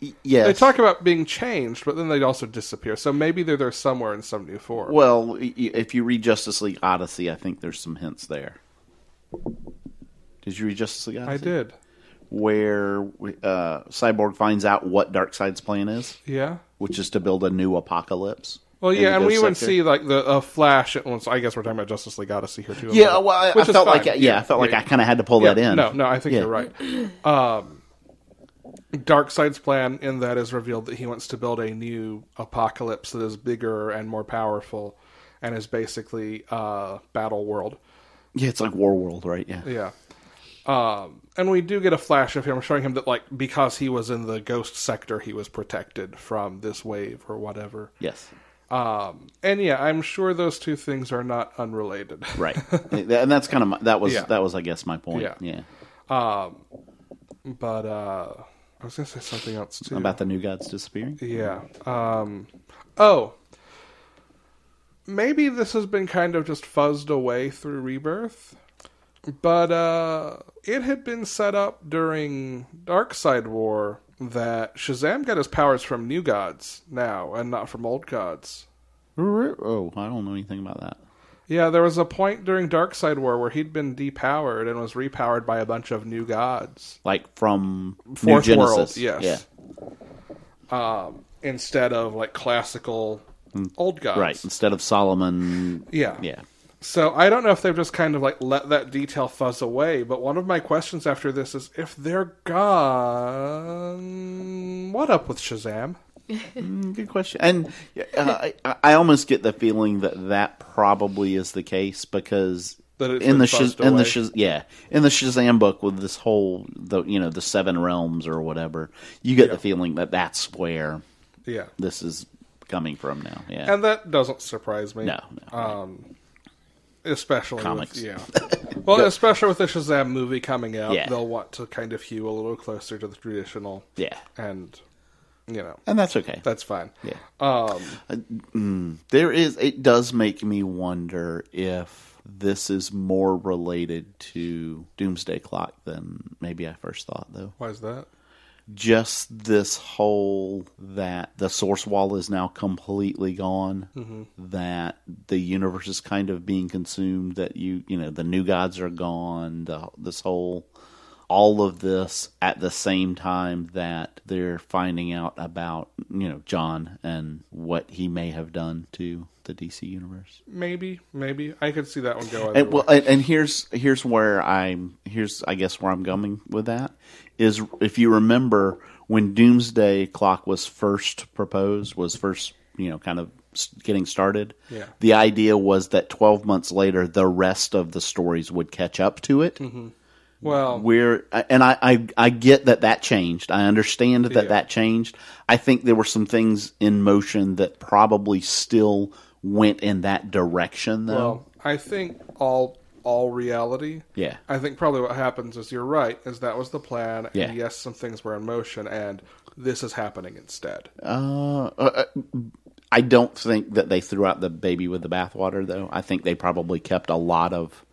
S1: Y- yes.
S3: They talk about being changed, but then they also disappear. So maybe they're there somewhere in some new form.
S1: Well, y- y- if you read Justice League Odyssey, I think there's some hints there. Did you read Justice League Odyssey?
S3: I did.
S1: Where uh, Cyborg finds out what Darkseid's plan is,
S3: Yeah.
S1: which is to build a new apocalypse.
S3: Well,
S1: he
S3: yeah, and
S1: goes
S3: we would
S1: sector.
S3: see like the a flash. It was, I guess we're talking about Justice League Odyssey here too. a
S1: Yeah,
S3: little bit,
S1: well, I, I
S3: which is
S1: felt like
S3: fine.
S1: yeah, I felt like
S3: yeah.
S1: I kind of had to pull that
S3: Yeah,
S1: in.
S3: No, no, I think
S1: Yeah.
S3: you're right. Um, Darkseid's plan in that is revealed that he wants to build a new apocalypse that is bigger and more powerful, and is basically uh, battle world.
S1: Yeah, it's like War World, right? Yeah.
S3: Yeah. Um, and we do get a flash of him showing him that, like, because he was in the ghost sector, he was protected from this wave or whatever.
S1: Yes.
S3: Um, and yeah, I'm sure those two things are not unrelated.
S1: Right. and that's kind of my, that was
S3: Yeah.
S1: that was I guess my point.
S3: Yeah.
S1: Yeah.
S3: But uh, I was going to say something else too.
S1: About the new gods disappearing.
S3: Yeah. Um, oh. Maybe this has been kind of just fuzzed away through Rebirth, but uh, it had been set up during Dark Side War that Shazam got his powers from new gods now and not from old gods.
S1: Oh, I don't know anything about that.
S3: Yeah, there was a point during Dark Side War where he'd been depowered and was repowered by a bunch of new gods.
S1: Like from
S3: Fourth
S1: New
S3: World,
S1: Genesis.
S3: yes. Um, instead of like classical old gods.
S1: Yeah. Hmm. Right. Instead of Solomon.
S3: Yeah.
S1: Yeah.
S3: So I don't know if they've just kind of like let that detail fuzz away, but one of my questions after this is if they're gone, what up with Shazam?
S1: Mm, Good question. And uh, I, I almost get the feeling that that probably is the case because
S3: That it's
S1: in
S3: been
S1: the Shaz-
S3: fuzzed
S1: in the
S3: away.
S1: Shaz- yeah in the Shazam book with this whole the you know the seven realms or whatever, you get the feeling that that's where
S3: Yeah.
S1: this is coming from now. Yeah.
S3: And Uh, that doesn't surprise me.
S1: no. no.
S3: Especially
S1: Comics.
S3: With, yeah. Well, especially with the Shazam movie coming out,
S1: Yeah.
S3: they'll want to kind of hew a little closer to the traditional.
S1: yeah.
S3: And you know,
S1: And that's okay.
S3: that's fine.
S1: Yeah.
S3: Um
S1: There is it does make me wonder if this is more related to Doomsday Clock than maybe I first thought though.
S3: why is that?
S1: Just this whole that the source wall is now completely gone, that the universe is kind of being consumed, that you you know, the new gods are gone, the, this whole all of this at the same time that they're finding out about, you know, John and what he may have done to the DC universe.
S3: Maybe, maybe. I could see that one go either
S1: And, well, uh,
S3: way.
S1: and, and here's here's where I'm here's I guess where I'm going with that is if you remember when Doomsday Clock was first proposed was first you know kind of s- getting started.
S3: Yeah.
S1: The idea was that 12 months later the rest of the stories would catch up to it.
S3: Mm-hmm. Well,
S1: We're and I, I I get that that changed. I understand that
S3: Yeah.
S1: that changed. I think there were some things in motion that probably still went in that direction though.
S3: Well, I think all all reality.
S1: Um, Yeah.
S3: I think probably what happens is you're right. Is that was the plan? and
S1: Yeah.
S3: yes, some things were in motion, and this is happening instead.
S1: Uh, uh, I don't think that they threw out the baby with the bathwater, though. I think they probably kept a lot of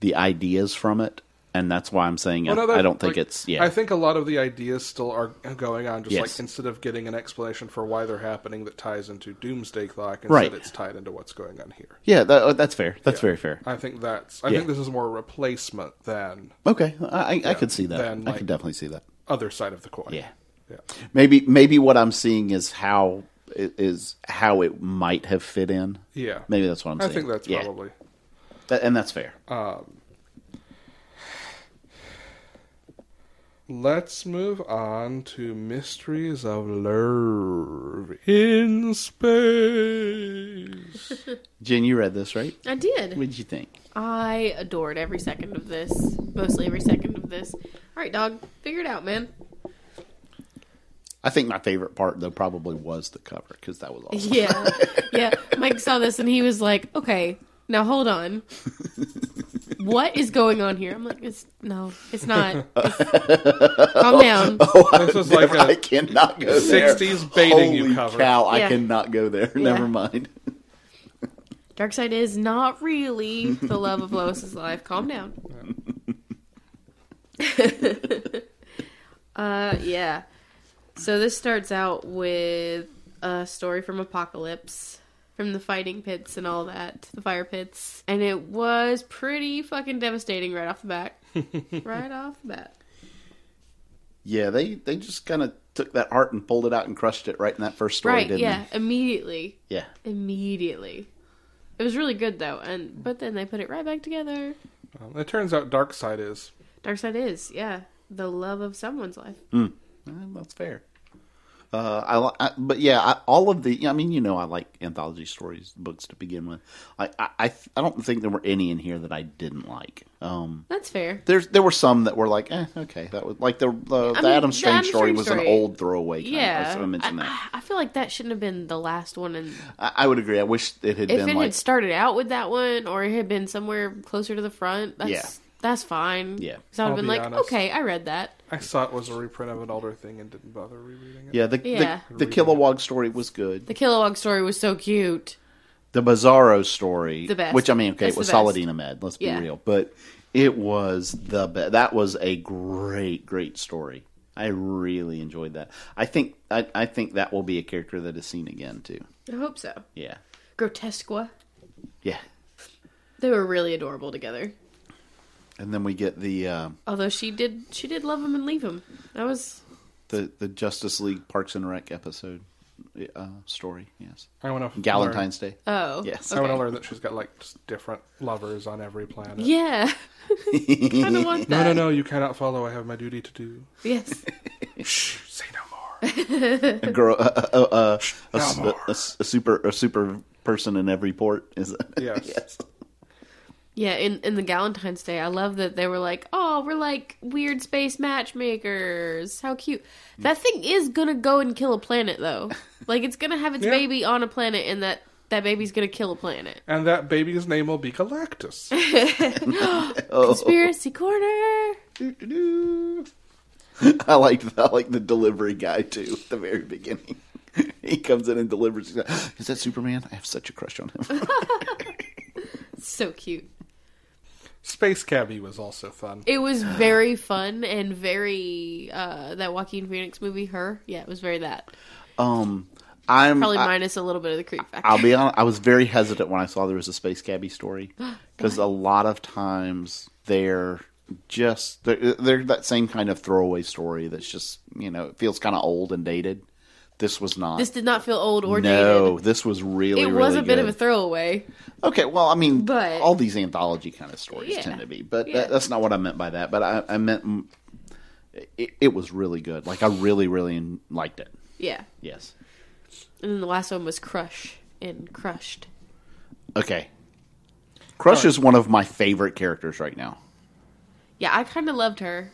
S1: the ideas from it, and that's why I'm saying
S3: Well,
S1: I,
S3: no, that-
S1: I don't think
S3: like,
S1: it's yeah.
S3: I think a lot of the ideas still are going on. Just like
S1: Yes.
S3: instead of getting an explanation for why they're happening that ties into Doomsday Clock, instead
S1: Right.
S3: it's tied into what's going on here.
S1: yeah, that, uh, that's fair. That's very fair.
S3: I think that's. I
S1: Yeah.
S3: think this is more replacement than
S1: Okay, I, I, I could see that.
S3: then,
S1: I
S3: like-
S1: could definitely see that.
S3: other side of the coin.
S1: Yeah.
S3: Yeah.
S1: Maybe maybe what I'm seeing is how is how it might have fit in.
S3: Yeah.
S1: Maybe that's what I'm
S3: I
S1: saying.
S3: think that's
S1: Yeah.
S3: probably. Uh,
S1: That- and that's fair.
S3: Let's move on to Mysteries of Love in Space.
S1: Jen, you read this right?
S2: I did.
S1: What did you think?
S2: I adored every second of this. Mostly every second of this. All right, dog. Figure it out, man.
S1: I think my favorite part though probably was the cover because that was awesome.
S2: Yeah. Yeah. Mike saw this and he was like, okay, now hold on. what is going on here? I'm like, it's no, it's not. It's- calm down.
S1: Oh, I,
S3: This was
S1: never-
S3: like a
S1: I cannot go there.
S3: 60s baiting you
S1: Holy
S3: covered.
S1: cow! I
S2: Yeah.
S1: cannot go there. Never mind.
S2: Dark side is not really the love of Lois's life. Calm down. uh, yeah. So this starts out with a story from Apocalypse, from the fighting pits and all that, the fire pits, and it was pretty fucking devastating right off the bat. right off the bat.
S1: Yeah, they they just kind of took that heart and pulled it out and crushed it right in that first story,
S2: Right?
S1: didn't
S2: Yeah. Immediately.
S1: they? Yeah.
S2: Immediately. It was really good though, and but then they put it right back together.
S3: Um, it turns out Dark Side is.
S2: Dark side is, yeah, the love of someone's life.
S1: Uh, that's fair. Uh, I, li- I but yeah, I, all of the. I mean, you know, I like anthology stories books to begin with. I I I, th- I don't think there were any in here that I didn't like. Um,
S2: That's fair.
S1: there's there were some that were like, eh, okay, that was like the the, the
S2: mean,
S1: Adam
S2: the
S1: Strange
S2: Adam
S1: story
S2: Strange
S1: was
S2: story-
S1: an old throwaway. Kind
S2: yeah,
S1: of, I, I mentioned
S2: I,
S1: that.
S2: I- I feel like that shouldn't have been the last one, and
S1: I, I would agree. I wish it had
S2: if
S1: been
S2: it
S1: like
S2: had started out with that one, or it had been somewhere closer to the front, that's
S1: Yeah.
S2: that's fine.
S1: Yeah.
S2: 'Cause I would
S3: I'll
S2: have been
S3: be
S2: like,
S3: honest.
S2: okay, I read that.
S3: I saw it was a reprint of an older thing and didn't bother rereading it.
S1: yeah the
S2: Yeah.
S1: the, the Kilowog story was good.
S2: The Kilowog story was so cute.
S1: the Bizarro story,
S2: The best.
S1: which I mean, okay,
S2: That's
S1: it was
S2: the best.
S1: Saladin Ahmed. Let's be
S2: Yeah.
S1: real, but it was the best. That was a great, great story. I really enjoyed that. I think I, I think that will be a character that is seen again too.
S2: I hope so.
S1: Yeah,
S2: Grotesqua.
S1: yeah.
S2: They were really adorable together.
S1: And then we get the uh,
S2: Although she did, she did love him and leave him. That was
S1: the the Justice League Parks and Rec episode uh, story. Yes,
S3: I want to
S1: Galentine's Day.
S2: oh
S1: Yes.
S3: I want to
S2: okay.
S3: learn that she's got like just different lovers on every planet.
S2: yeah. kind of want
S3: No,
S2: that.
S3: no, no! You cannot follow. I have my duty to do.
S2: Yes,
S3: Say no more.
S1: a girl, uh, uh, uh, uh, a,
S3: No
S1: s-
S3: more.
S1: a s- a super a super person in every port is
S3: Yes.
S2: Yeah, in, in the Galentine's Day, I love that they were like, "Oh, we're like weird space matchmakers. How cute!"
S1: Mm.
S2: That thing is gonna go and kill a planet, though. Like it's gonna have its
S3: Yeah.
S2: baby on a planet, and that that baby's gonna kill a planet.
S3: And that baby's name will be Galactus.
S1: Oh.
S2: Conspiracy corner.
S1: Doo-doo-doo. I liked I like the delivery guy too at the very beginning. He comes in and delivers. He's like, Is that Superman? I have such a crush on him.
S2: So cute.
S3: Space Cabbie was also fun.
S2: It was very fun and very uh that Joaquin Phoenix movie. Her, yeah, it was very that.
S1: Um, I'm.
S2: Probably
S1: I,
S2: minus a little bit of the creep factor.
S1: I'll be honest. I was very hesitant when I saw there was a space cabbie story because a lot of times they're just they're, they're that same kind of throwaway story that's just you know it feels kind of old and dated. This was not.
S2: this did not feel old or
S1: no,
S2: dated.
S1: this was really.
S2: It was
S1: really
S2: a bit
S1: good.
S2: of a throwaway.
S1: Okay, well, I mean,
S2: But-
S1: all these anthology kind of stories
S2: Yeah.
S1: tend to be, but
S2: Yeah.
S1: that, that's not what I meant by that. But I, I meant mm, it, it was really good. Like I really, really en- liked it.
S2: Yeah.
S1: Yes.
S2: And then the last one was Crush and Crushed.
S1: Okay. Crush is one of my favorite characters right now.
S2: Yeah, I kind of loved her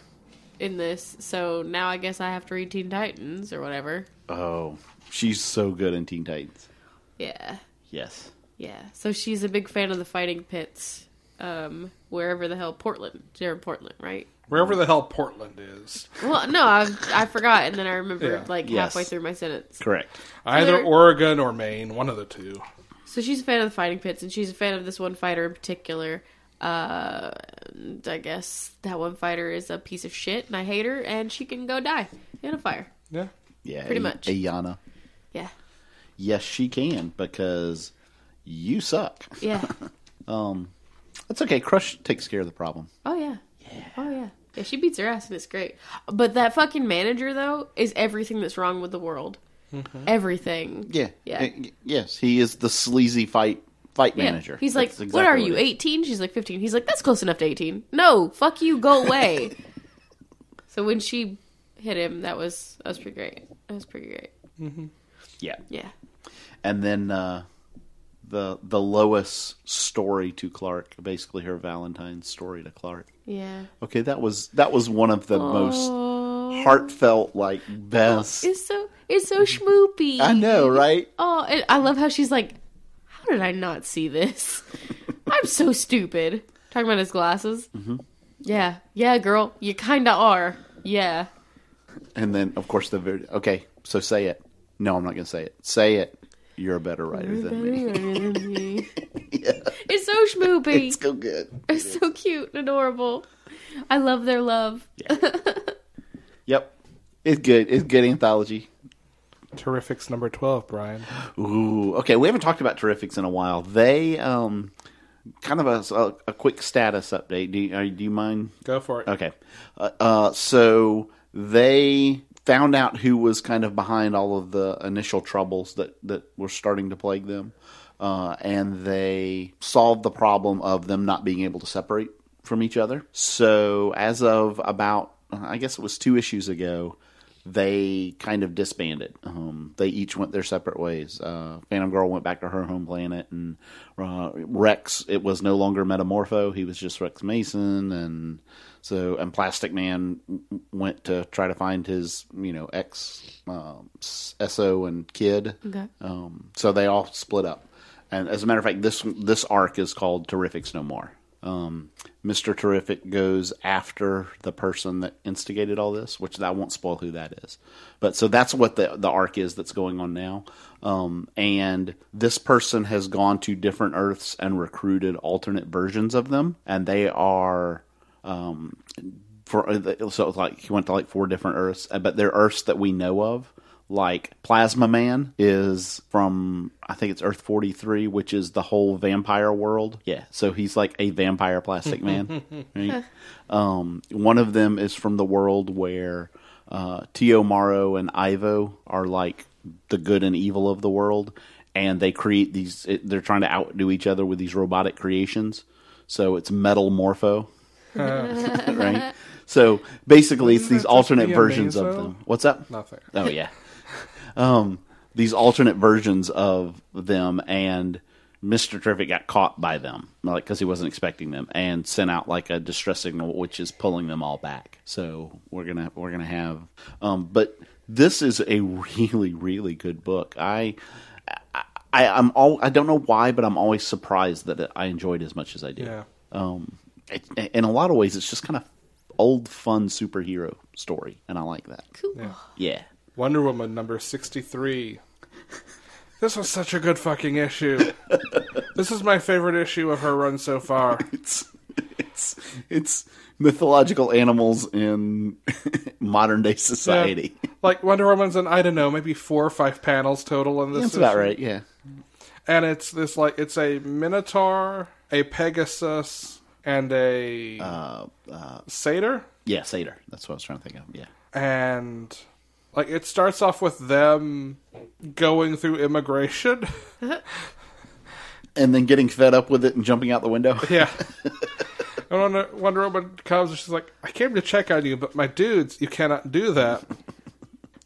S2: in this, so now I guess I have to read Teen Titans or whatever.
S1: Oh, she's so good in Teen Titans.
S2: Yeah,
S1: Yes.
S2: yeah. So she's a big fan of the fighting pits, um, wherever the hell Portland. They're in Portland, right?
S3: Wherever the hell Portland is,
S2: Well, no, I I forgot, and then I remembered
S3: Yeah.
S2: like
S1: Yes.
S2: halfway through my sentence.
S1: Correct.
S3: either
S2: Where-
S3: Oregon or Maine, one of the two.
S2: So she's a fan of the fighting pits, and she's a fan of this one fighter in particular. Uh, and I guess that one fighter is a piece of shit, and I hate her, and she can go die in a fire.
S3: Yeah.
S1: Yeah.
S2: Pretty
S1: A-
S2: much.
S1: Ayana.
S2: Yeah,
S1: Yes, she can because you suck.
S2: yeah.
S1: That's okay. Crush takes care of the problem.
S2: Oh yeah. Yeah. Oh yeah. Yeah, she beats her ass and it's great. But that fucking manager though is everything that's wrong with the world. Everything.
S1: Mm-hmm. Yeah.
S2: Yeah.
S1: Uh, Yes, he is the sleazy fight fight
S2: Yeah.
S1: manager.
S2: He's like,
S1: That's
S2: "What
S1: exactly
S2: are you?
S1: it is.
S2: 18?" She's like, "15." He's like, "That's close enough to 18." No, fuck you, go away. so when she hit him, that was that was pretty great. That was pretty great.
S1: Yeah.
S2: Yeah.
S1: And then uh, the the Lois story to Clark, basically her Valentine's story to Clark.
S2: Yeah.
S1: Okay, that was that was one of the
S2: Oh.
S1: most heartfelt, like best.
S2: It's so it's so schmoopy.
S1: I know, right?
S2: Oh, and I love how she's like, "How did I not see this? I'm so stupid." Talking about his glasses.
S1: Mm-hmm.
S2: Yeah, yeah, girl, you kinda are. Yeah.
S1: And then, of course, the video. Okay, so say it. No, I'm not going to say it. Say it. You're a better writer than me.
S2: It's so schmoopy.
S1: It's so good.
S2: It's so cute and adorable. I love their love.
S1: Yep. It's good. It's good anthology.
S3: Terrific's number 12, Brian.
S1: Ooh. Okay, we haven't talked about Terrifics in a while. They, um, kind of a, a, a quick status update. Do you, uh, do you mind?
S3: Go for it.
S1: Okay. Uh, uh, so they found out who was kind of behind all of the initial troubles that, that were starting to plague them. Uh, and they solved the problem of them not being able to separate from each other. So, as of about, I guess it was two issues ago, they kind of disbanded. Um, they each went their separate ways. Uh, Phantom Girl went back to her home planet, and uh, Rex. It was no longer Metamorpho; he was just Rex Mason, and so and Plastic Man w- w- went to try to find his you know ex um, So and Kid.
S2: Okay.
S1: Um, so they all split up, and as a matter of fact, this this arc is called Terrifics No More. Um, Mister Terrific goes after the person that instigated all this, which I won't spoil who that is. But so that's what the the arc is that's going on now. Um, and this person has gone to different Earths and recruited alternate versions of them, and they are um, for so it was like he went to like four different Earths, uh, but they're Earths that we know of. Like Plasma Man is from I think it's Earth forty three, which is the whole vampire world. Yeah, so he's like a vampire Plastic Man. right? um, one of them is from the world where uh, Tio Maro and Ivo are like the good and evil of the world, and they create these. it- They're trying to outdo each other with these robotic creations. So it's Metal Morpho right? So basically, it's these
S3: that just
S1: alternate
S3: be
S1: versions of
S3: amazing?
S1: them. What's up?
S3: Nothing.
S1: Oh yeah, um, these alternate versions of them, and Mister Terrific got caught by them, like because he wasn't expecting them, and sent out like a distress signal, which is pulling them all back. So we're gonna we're gonna have, um, but this is a really really good book. I. I, I, I'm all. I don't know why, but I'm always surprised that I enjoyed as much as I did
S3: Yeah.
S1: um, it, in a lot of ways, it's just kind of old fun superhero story, and I like that.
S2: Cool.
S1: Yeah,
S3: Wonder Woman number 63. This was such a good fucking issue. this is my favorite issue of her run so far.
S1: it's it's it's mythological animals in modern day society.
S3: Yeah. Like Wonder Woman's in I don't know, maybe four or five panels total in this.
S1: That's about
S3: issue.
S1: right. Yeah,
S3: And it's this like it's a Minotaur, a Pegasus, and a
S1: uh, uh,
S3: Satyr.
S1: yeah, satyr. That's what I was trying to think of. Yeah,
S3: and like it starts off with them going through immigration.
S1: and then getting fed up with it and jumping out the window.
S3: yeah. And Wonder, Wonder Woman comes and she's like, I came to check on you, but my dudes, you cannot do that.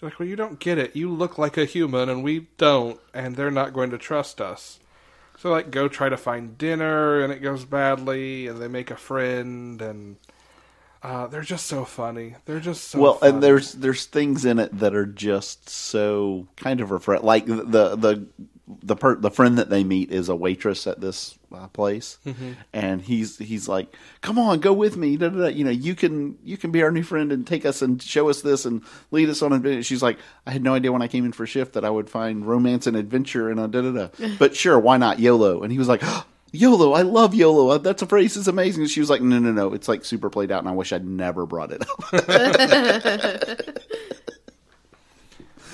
S3: like, well, you don't get it. You look like a human and we don't, and they're not going to trust us. So, like, go try to find dinner, and it goes badly, and they make a friend, and uh, they're just so funny. They're just so
S1: well
S3: funny.
S1: and there's there's things in it that are just so kind of refresh like the the the the, per- the friend that they meet is a waitress at this uh, place
S3: Mm-hmm.
S1: and he's he's like come on go with me da, da, da. you know you can you can be our new friend and take us and show us this and lead us on adventure she's like i had no idea when i came in for shift that i would find romance and adventure and a da da da but sure why not yolo and he was like "Ah, YOLO, I love YOLO. That's a phrase. It's amazing. And she was like, no, no, no. It's like super played out, and I wish I'd never brought it up.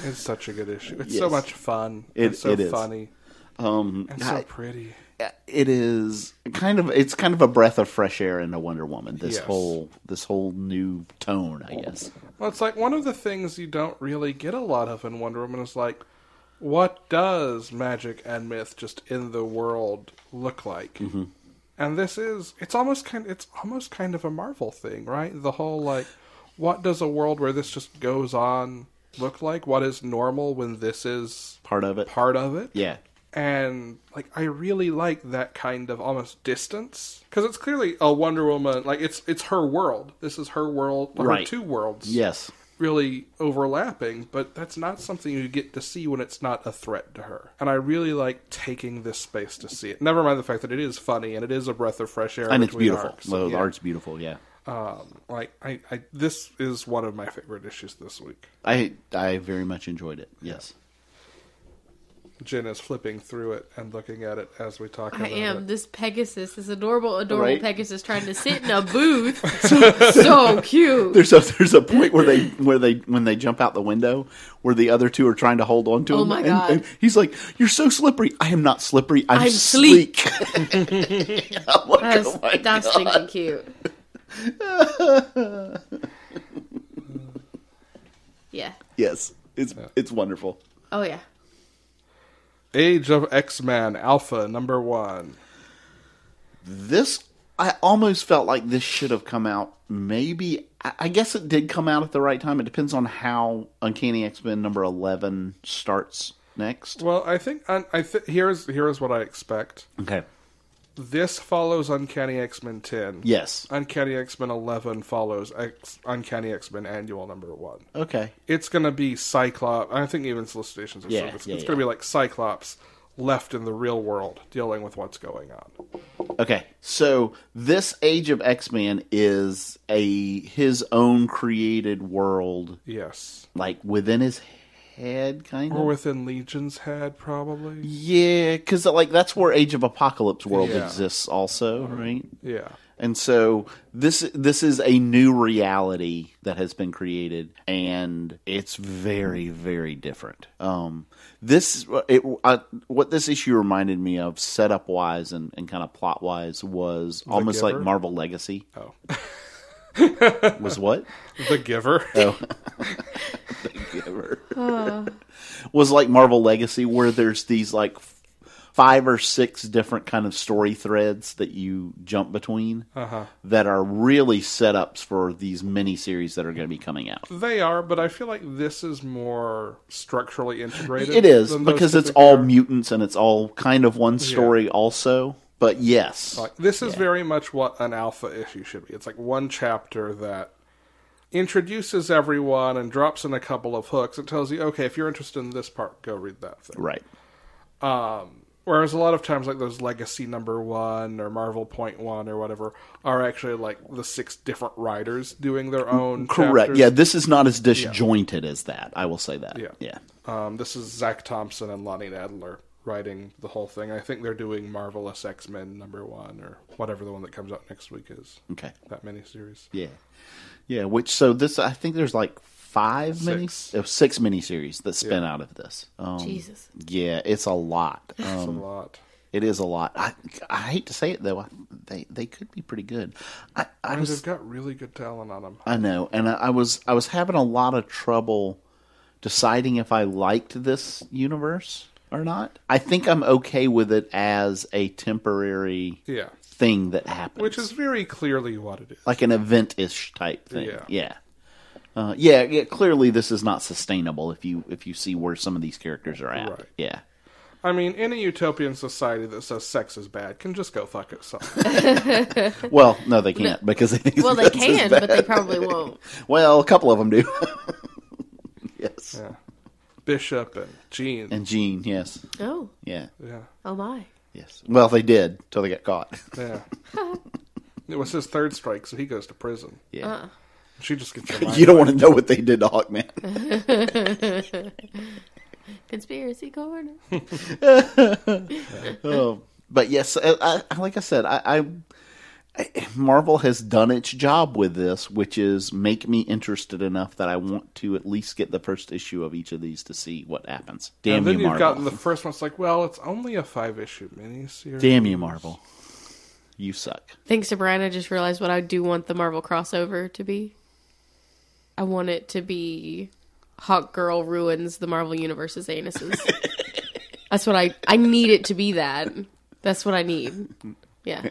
S3: It's such a good issue. It's
S1: Yes.
S3: so much fun.
S1: It-
S3: it's so
S1: it is.
S3: funny. Um, and so
S1: I-
S3: pretty.
S1: it is kind of it's kind of a breath of fresh air into Wonder Woman. This
S3: Yes.
S1: whole this whole new tone, I guess.
S3: Well, it's like one of the things you don't really get a lot of in Wonder Woman is like, what does magic and myth just in the world look like? And this is it's almost kind it's almost kind of a Marvel thing, right? The whole like, what does a world where this just goes on look like? What is normal when this is
S1: Part of it.
S3: part of it?
S1: yeah.
S3: and like I really like that kind of almost distance because it's clearly a Wonder Woman like it's it's her world. This is her world, her
S1: Right.
S3: two worlds.
S1: Yes.
S3: really overlapping, but that's not something you get to see when it's not a threat to her. And I really like taking this space to see it. Never mind the fact that it is funny and it is a breath of fresh air.
S1: and it's
S3: between
S1: beautiful.
S3: arcs.
S1: Well, The
S3: Yeah.
S1: art's beautiful. Yeah,
S3: Um, like I, I, this is one of my favorite issues this week.
S1: I I very much enjoyed it. Yes.
S3: Jen is flipping through it and looking at it as we talk.
S2: I
S3: about
S2: am
S3: It.
S2: this Pegasus, this adorable, adorable
S1: Right.
S2: Pegasus trying to sit in a booth. so cute.
S1: There's a there's a point where they where they when they jump out the window where the other two are trying to hold on to
S2: Oh
S1: him.
S2: my
S1: and-
S2: God.
S1: and he's like, "You're so slippery." I am not slippery. I'm,
S2: I'm
S1: sleek. I'm like,
S2: That's,
S1: "Oh my
S2: that's
S1: God."
S2: stinking cute. yeah.
S1: Yes, it's it's wonderful.
S2: Oh yeah.
S3: Age of X Men Alpha number one.
S1: This I almost felt like this should have come out. Maybe I I guess it did come out at the right time. It depends on how Uncanny X Men number eleven starts next.
S3: Well, I think I, I th- here's here's what I expect.
S1: Okay.
S3: This follows Uncanny X Men ten.
S1: Yes.
S3: Uncanny X Men eleven follows X, Uncanny X Men Annual number one.
S1: Okay.
S3: It's gonna be Cyclops. I think even solicitations are
S1: Yeah,
S3: service.
S1: yeah,
S3: it's gonna
S1: yeah.
S3: be like Cyclops left in the real world dealing with what's going on.
S1: Okay, so this Age of X Men is a his own created world,
S3: Yes,
S1: like within his head, kind of.
S3: or within Legion's head, probably.
S1: yeah, because like that's where Age of Apocalypse world
S3: Yeah.
S1: exists, also, right?
S3: Yeah.
S1: And so this this is a new reality that has been created, and it's very very different. Um, this it, I, what this issue reminded me of setup wise and, and kind of plot wise was almost like
S3: Giver?
S1: Marvel Legacy.
S3: Oh,
S1: was what?
S3: the Giver.
S1: Giver. was like Marvel Legacy, where there's these like f- five or six different kind of story threads that you jump between that are really setups for these miniseries that are going to be coming out.
S3: They are, but I feel like this is more structurally integrated.
S1: It is
S3: than those
S1: because it's
S3: typically
S1: all
S3: are.
S1: mutants and it's all kind of one story, also. But yes,
S3: Like, this is very much what an alpha issue should be. It's like one chapter that introduces everyone and drops in a couple of hooks. It tells you, okay, if you're interested in this part, go read that thing.
S1: right.
S3: Whereas a lot of times, like those Legacy Number One or Marvel Point One or whatever, are actually like the six different writers doing their own.
S1: Mm, Correct.
S3: chapters.
S1: Yeah, this is not as disjointed as that. I will say that.
S3: Yeah.
S1: Yeah.
S3: Um, this is Zach Thompson and Lonnie Adler writing the whole thing. I think they're doing Marvelous X Men number one or whatever the one that comes out next week is.
S1: Okay.
S3: That miniseries.
S1: Yeah, yeah. Which so this I think there's like five mini
S3: Six.
S1: oh, six miniseries that spin out of this. Um,
S2: Jesus.
S1: Yeah, it's a lot.
S3: It's
S1: Um,
S3: a lot.
S1: it is a lot. I, I hate to say it though. I, they they could be pretty good. I, I
S3: And they've
S1: was
S3: got really good talent on them.
S1: I know, and I, I was I was having a lot of trouble deciding if I liked this universe or not. I think I'm okay with it as a temporary
S3: Yeah.
S1: thing that happens,
S3: Which is very clearly what it is.
S1: like an event ish type thing.
S3: Yeah.
S1: Yeah. Yeah. Uh, yeah, yeah, clearly this is not sustainable if you if you see where some of these characters are at.
S3: Right.
S1: Yeah.
S3: I mean, any utopian society that says sex is bad can just go fuck itself.
S1: Well, no, they can't because they
S2: Well, they can, but they probably won't.
S1: well, a couple of them do. yes.
S3: yeah. Bishop and Jean.
S1: And Gene, yes,
S2: Oh,
S1: yeah,
S3: yeah.
S2: oh my.
S1: yes. Well, they did till they got caught.
S3: Yeah. it was his third strike, so he goes to prison.
S1: Yeah.
S2: Uh-huh.
S3: She just gets her mind
S1: You don't want to know what they did to Hawkman.
S2: Conspiracy corner.
S1: Oh, but yes, I, I, like I said, I, I Marvel has done its job with this, which is make me interested enough that I want to at least get the first issue of each of these to see what happens. Damn
S3: and then
S1: you,
S3: you've
S1: Marvel!
S3: gotten the first one. It's like, well, it's only a five issue miniseries.
S1: Damn you, Marvel! You suck.
S2: Thanks to Brian, I just realized what I do want the Marvel crossover to be. I want it to be Hawk Girl ruins the Marvel Universe's anuses. That's what I I need it to be that. That's what I need. Yeah.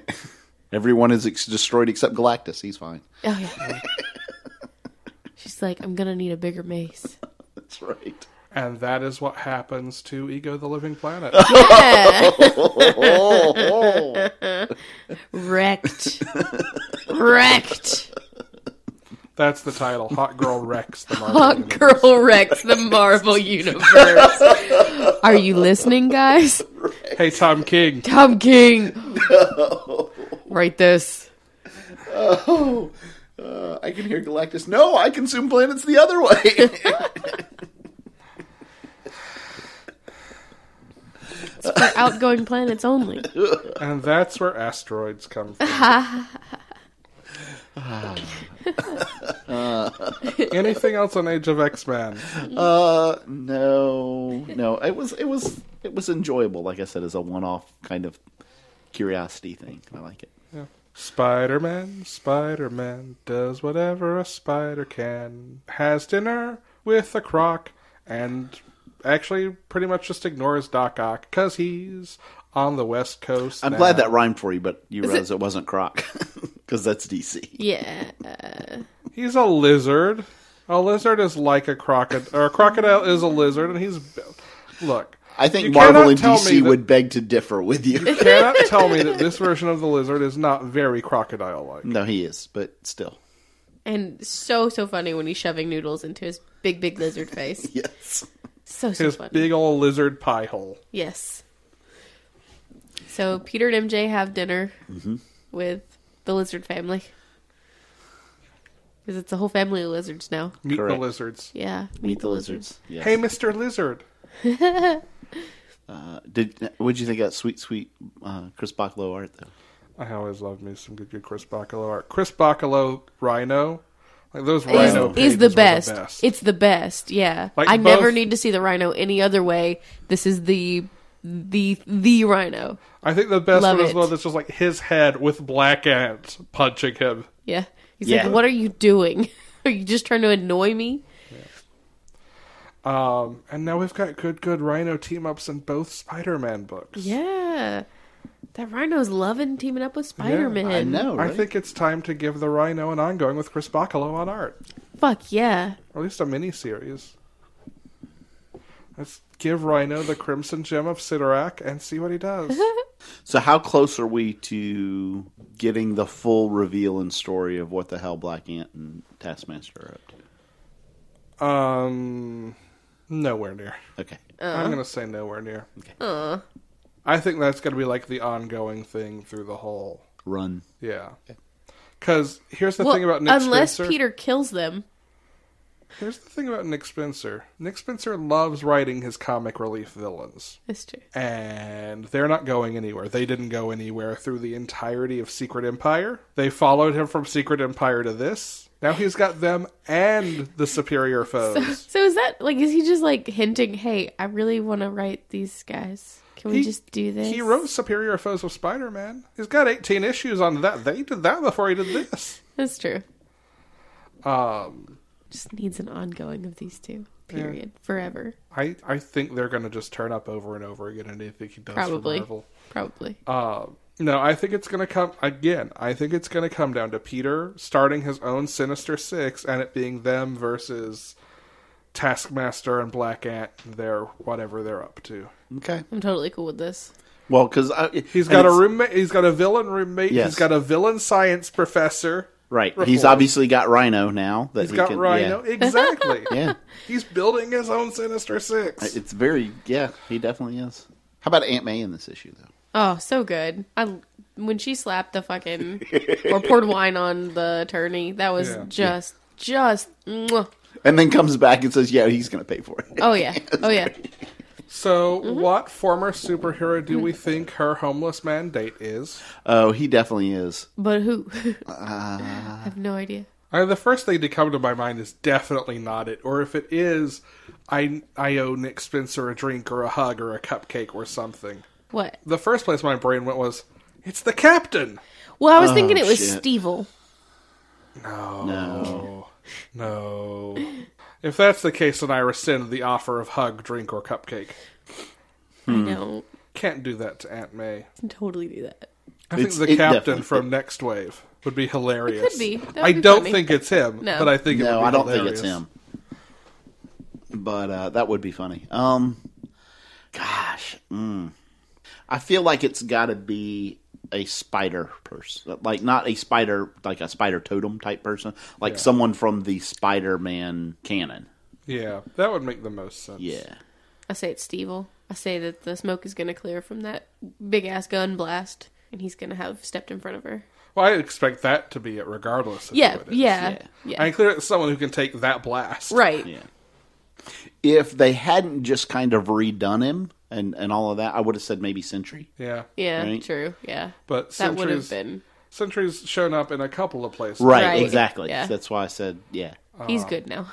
S1: Everyone is ex- destroyed except Galactus. He's fine.
S2: Oh yeah. She's like, I'm gonna need a bigger mace.
S1: That's right.
S3: And that is what happens to Ego the Living Planet.
S2: Wrecked. Wrecked.
S3: That's the title. Hot girl wrecks the Marvel.
S2: Hot
S3: Universe.
S2: girl wrecks the Marvel universe. Are you listening, guys?
S3: Hey, Tom King.
S2: Tom King, write this.
S1: Oh, uh, I can hear Galactus. No, I consume planets the other way.
S2: It's for outgoing planets only.
S3: And that's where asteroids come from. Anything else on Age of X Men?
S1: uh, no, no. It was, it was, it was enjoyable. Like I said, as a one-off kind of curiosity thing. I like it.
S3: Spider Man, Spider Man does whatever a spider can. Has dinner with a croc and actually pretty much just ignores Doc Ock because he's on the West Coast.
S1: I'm
S3: now.
S1: glad that rhymed for you, but you realize it, wasn't Croc because that's DC.
S2: Yeah.
S3: He's a lizard. A lizard is like a crocodile, or a crocodile is a lizard, and he's. Look.
S1: I think
S3: You
S1: Marvel
S3: cannot
S1: and
S3: tell me
S1: DC
S3: that-
S1: would beg to differ with you.
S3: cannot tell me that this version of the lizard is not very crocodile like.
S1: no, he is, but still,
S2: And so, so funny when he's shoving noodles into his big, big lizard face.
S1: yes.
S2: So, so
S3: His
S2: funny.
S3: big old lizard pie hole.
S2: Yes. So Peter and MJ have dinner
S1: Mm-hmm.
S2: with the lizard family. Because it's a whole family of lizards now.
S3: Meet
S1: Correct.
S3: the lizards.
S2: Yeah.
S1: Meet, the lizards. Yes.
S3: Hey, Mr. Lizard.
S1: Uh, did what'd you think of that sweet, sweet uh, Chris Bacalo art though?
S3: I always love me some good, good Chris Bacalo art. Chris Bacalo Rhino. Like those
S2: Is,
S3: Rhino pages
S2: is the
S3: were
S2: best. It's the best. Yeah.
S3: Like
S2: I never
S3: both-
S2: need to see the rhino any other way. This is the the the rhino.
S3: I think the best
S2: Love
S3: one is
S2: it.
S3: one that's just like his head with black ants punching him.
S2: Yeah. He's
S1: Yeah.
S2: like, "What are you doing? are you just trying to annoy me?"
S3: Um, and now we've got good, good Rhino team ups in both Spider-Man books.
S2: Yeah. That rhino's loving teaming up with Spider-Man.
S1: I know.
S3: I
S1: Right?
S3: think it's time to give the Rhino an ongoing with Chris Bacalo on art.
S2: Fuck yeah.
S3: or at least a mini series. Let's give Rhino the Crimson Gem of Sidorak and see what he does.
S1: so. How close are we to getting the full reveal and story of what the hell Black Ant and Taskmaster are up to?
S3: um, nowhere near.
S1: Okay.
S2: Uh-huh.
S3: I'm gonna say nowhere near. I think that's gonna be like the ongoing thing through the whole.
S1: Run.
S3: Yeah. Because here's the
S2: Well,
S3: thing about Nick
S2: unless
S3: Spencer.
S2: Peter kills them.
S3: Here's the thing about Nick Spencer. Nick Spencer loves writing his comic relief villains.
S2: That's true.
S3: and they're not going anywhere. They didn't go anywhere through the entirety of Secret Empire. They followed him from Secret Empire to this. Now he's got them and the superior foes.
S2: So is that like is he just like hinting, hey, I really want to write these guys. Can we
S3: He-
S2: just do this?
S3: He wrote Superior Foes of Spider Man. He's got 18 issues on that. They did that before he did this.
S2: That's true.
S3: Um,
S2: Just needs an ongoing of these two. Period. Forever.
S3: I, I think they're going to just turn up over and over again in anything he does for
S2: Probably.
S3: Marvel.
S2: Probably.
S3: Um, no, I think it's going to come again. I think it's going to come down to Peter starting his own Sinister Six and it being them versus Taskmaster and Black Ant. and Their whatever they're up to.
S1: Okay.
S2: I'm totally cool with this.
S1: Well, because
S3: He's got a roommate. He's got a villain roommate.
S1: Yes.
S3: He's got a villain science professor.
S1: right. He's
S3: reform.
S1: obviously got Rhino now. That
S3: He's
S1: he
S3: got
S1: can,
S3: Rhino. Exactly.
S1: Yeah. yeah.
S3: He's building his own Sinister Six.
S1: It's very yeah. He definitely is. How about Aunt May in this issue though?
S2: Oh, so good. I when she slapped the fucking or poured wine on the attorney, that was
S3: Yeah.
S2: just just mwah.
S1: And then comes back and says, "Yeah, he's going to pay for it."
S2: Oh yeah. Oh yeah.
S3: So, what former superhero do we think her homeless man date is?
S1: Oh, he definitely is.
S2: But who? I have no idea.
S3: I, the first thing to come to my mind is definitely not it, or if it is, I I owe Nick Spencer a drink or a hug or a cupcake or something.
S2: What?
S3: The first place my brain went was, it's the captain.
S2: Well, I was thinking it was
S1: shit.
S2: Stevel.
S3: No,
S1: No.
S3: no. If that's the case, then I rescind the offer of hug, drink, or cupcake.
S2: I know.
S3: Can't do that to Aunt May.
S2: Can totally do that.
S3: I think
S1: It's-
S3: the
S1: it
S3: captain
S1: definitely-
S3: from Next Wave would be hilarious.
S2: could be. That would
S3: I
S2: be
S3: don't
S2: funny.
S3: think it's him,
S2: No.
S3: but I think it would
S1: No,
S3: be
S1: I don't
S3: hilarious.
S1: think it's him. But uh, that would be funny. Um, gosh, mm. I feel like it's got to be a spider person, like not a spider, like a spider totem type person, like someone from the Spider-Man canon.
S3: Yeah, that would make the most sense.
S1: Yeah,
S2: I say it's Stevel. I say that the smoke is going to clear from that big ass gun blast, and he's going to have stepped in front of her.
S3: Well, I expect that to be it, regardless. Of
S2: Yeah,
S3: who it is.
S2: yeah,
S1: Yeah.
S2: yeah,
S3: I clear it's someone who can take that blast.
S2: right.
S1: yeah. If they hadn't just kind of redone him and and all of that, I would have said maybe Sentry.
S3: Yeah,
S2: Yeah,
S1: Right.
S2: true. Yeah,
S3: but
S2: that would have
S3: Sentry's
S2: been.
S3: Sentry's shown up in a couple of places.
S1: Right,
S2: Right.
S1: exactly.
S2: Yeah.
S1: That's why I said yeah.
S2: He's good now,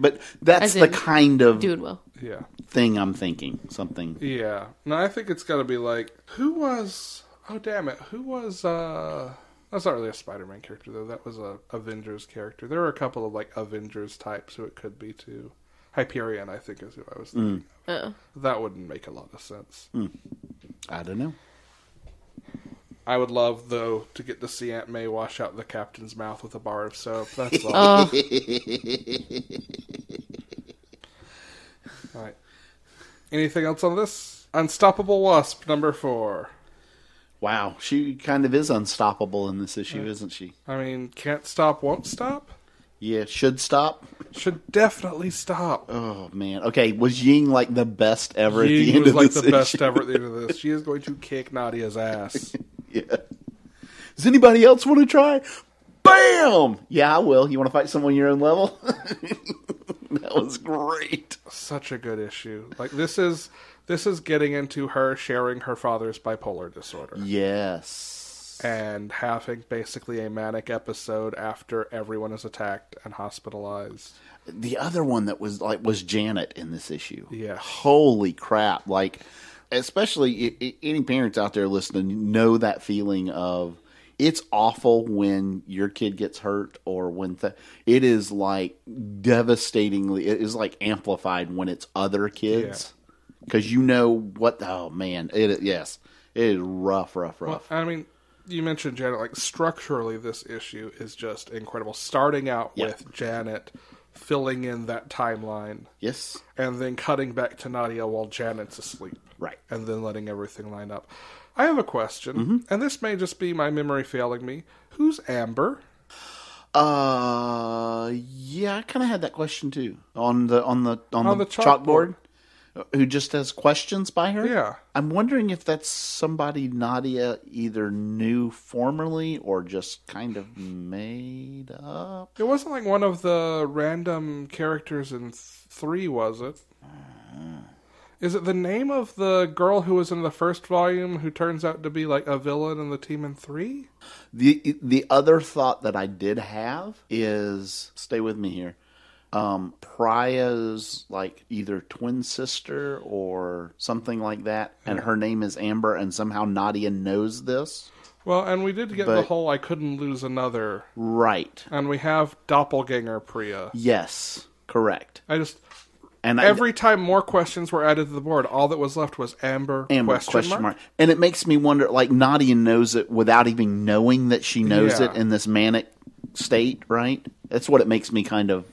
S1: But that's
S2: As
S1: the
S2: in,
S1: kind of
S2: doing well.
S3: Yeah,
S1: thing I'm thinking. Something.
S3: yeah. No, I think it's got to be like who was? Oh damn it! Who was? uh That's not really a Spider-Man character though. That was a Avengers character. There were a couple of like Avengers types who it could be too. Hyperion, I think, is who I was thinking.
S2: Oh,
S3: of. That wouldn't make a lot of sense.
S1: I don't know.
S3: I would love though to get to see Aunt May wash out the captain's mouth with a bar of soap. That's all.
S2: oh,
S3: All right. Anything else on this? Unstoppable Wasp number four.
S1: Wow, she kind of is unstoppable in this issue, isn't she?
S3: I mean, can't stop, won't stop.
S1: Yeah, should stop.
S3: Should definitely stop.
S1: Oh man. Okay, was Ying like the best ever at the
S3: She
S1: end
S3: was
S1: of
S3: like
S1: this
S3: the best
S1: issue?
S3: ever at the end of this. She is going to kick Nadia's ass.
S1: Yeah. Does anybody else want to try? Bam! Yeah, I will. You want to fight someone your own level? that was great.
S3: Such a good issue. Like this is this is getting into her sharing her father's bipolar disorder.
S1: Yes.
S3: and having basically a manic episode after everyone is attacked and hospitalized.
S1: the other one that was like was Janet in this issue.
S3: Yeah.
S1: Holy crap! Like, especially i- i- any parents out there listening know that feeling of it's awful when your kid gets hurt or when th- it is like devastatingly. It is like amplified when it's other kids because you know what. Oh man, it yes, it is rough, rough,
S3: Well,
S1: rough.
S3: I mean, you mentioned Janet. Like structurally, this issue is just incredible. Starting out
S1: Yeah.
S3: with Janet filling in that timeline,
S1: yes,
S3: and then cutting back to Nadia while Janet's asleep,
S1: right. Mm-hmm.
S3: and then letting everything line up. I have a question, and this may just be my memory failing me. Who's Amber?
S1: Uh, yeah, I kind of had that question too on the on the on,
S3: On
S1: the,
S3: the
S1: chalkboard. uh,
S3: chalkboard.
S1: Who just has questions by her?
S3: Yeah.
S1: I'm wondering if that's somebody Nadia either knew formerly or just kind of made up.
S3: It wasn't like one of the random characters in th- three, was it?
S1: Uh-huh.
S3: Is it the name of the girl who was in the first volume who turns out to be like a villain in the team in three?
S1: the The other thought that I did have is stay with me here. Um, Priya's like either twin sister or something like that, and her name is Amber, and somehow Nadia knows this.
S3: Well, and we did get the
S1: But-
S3: whole I couldn't lose another,
S1: Right.
S3: and we have doppelganger Priya.
S1: Yes, correct.
S3: I just
S1: And
S3: every time more questions were added to the board, all that was left was Amber,
S1: I, Amber
S3: question, mark.
S1: and it makes me wonder. Like Nadia knows it without even knowing that she knows
S3: Yeah.
S1: it in this manic state, right? That's what it makes me kind of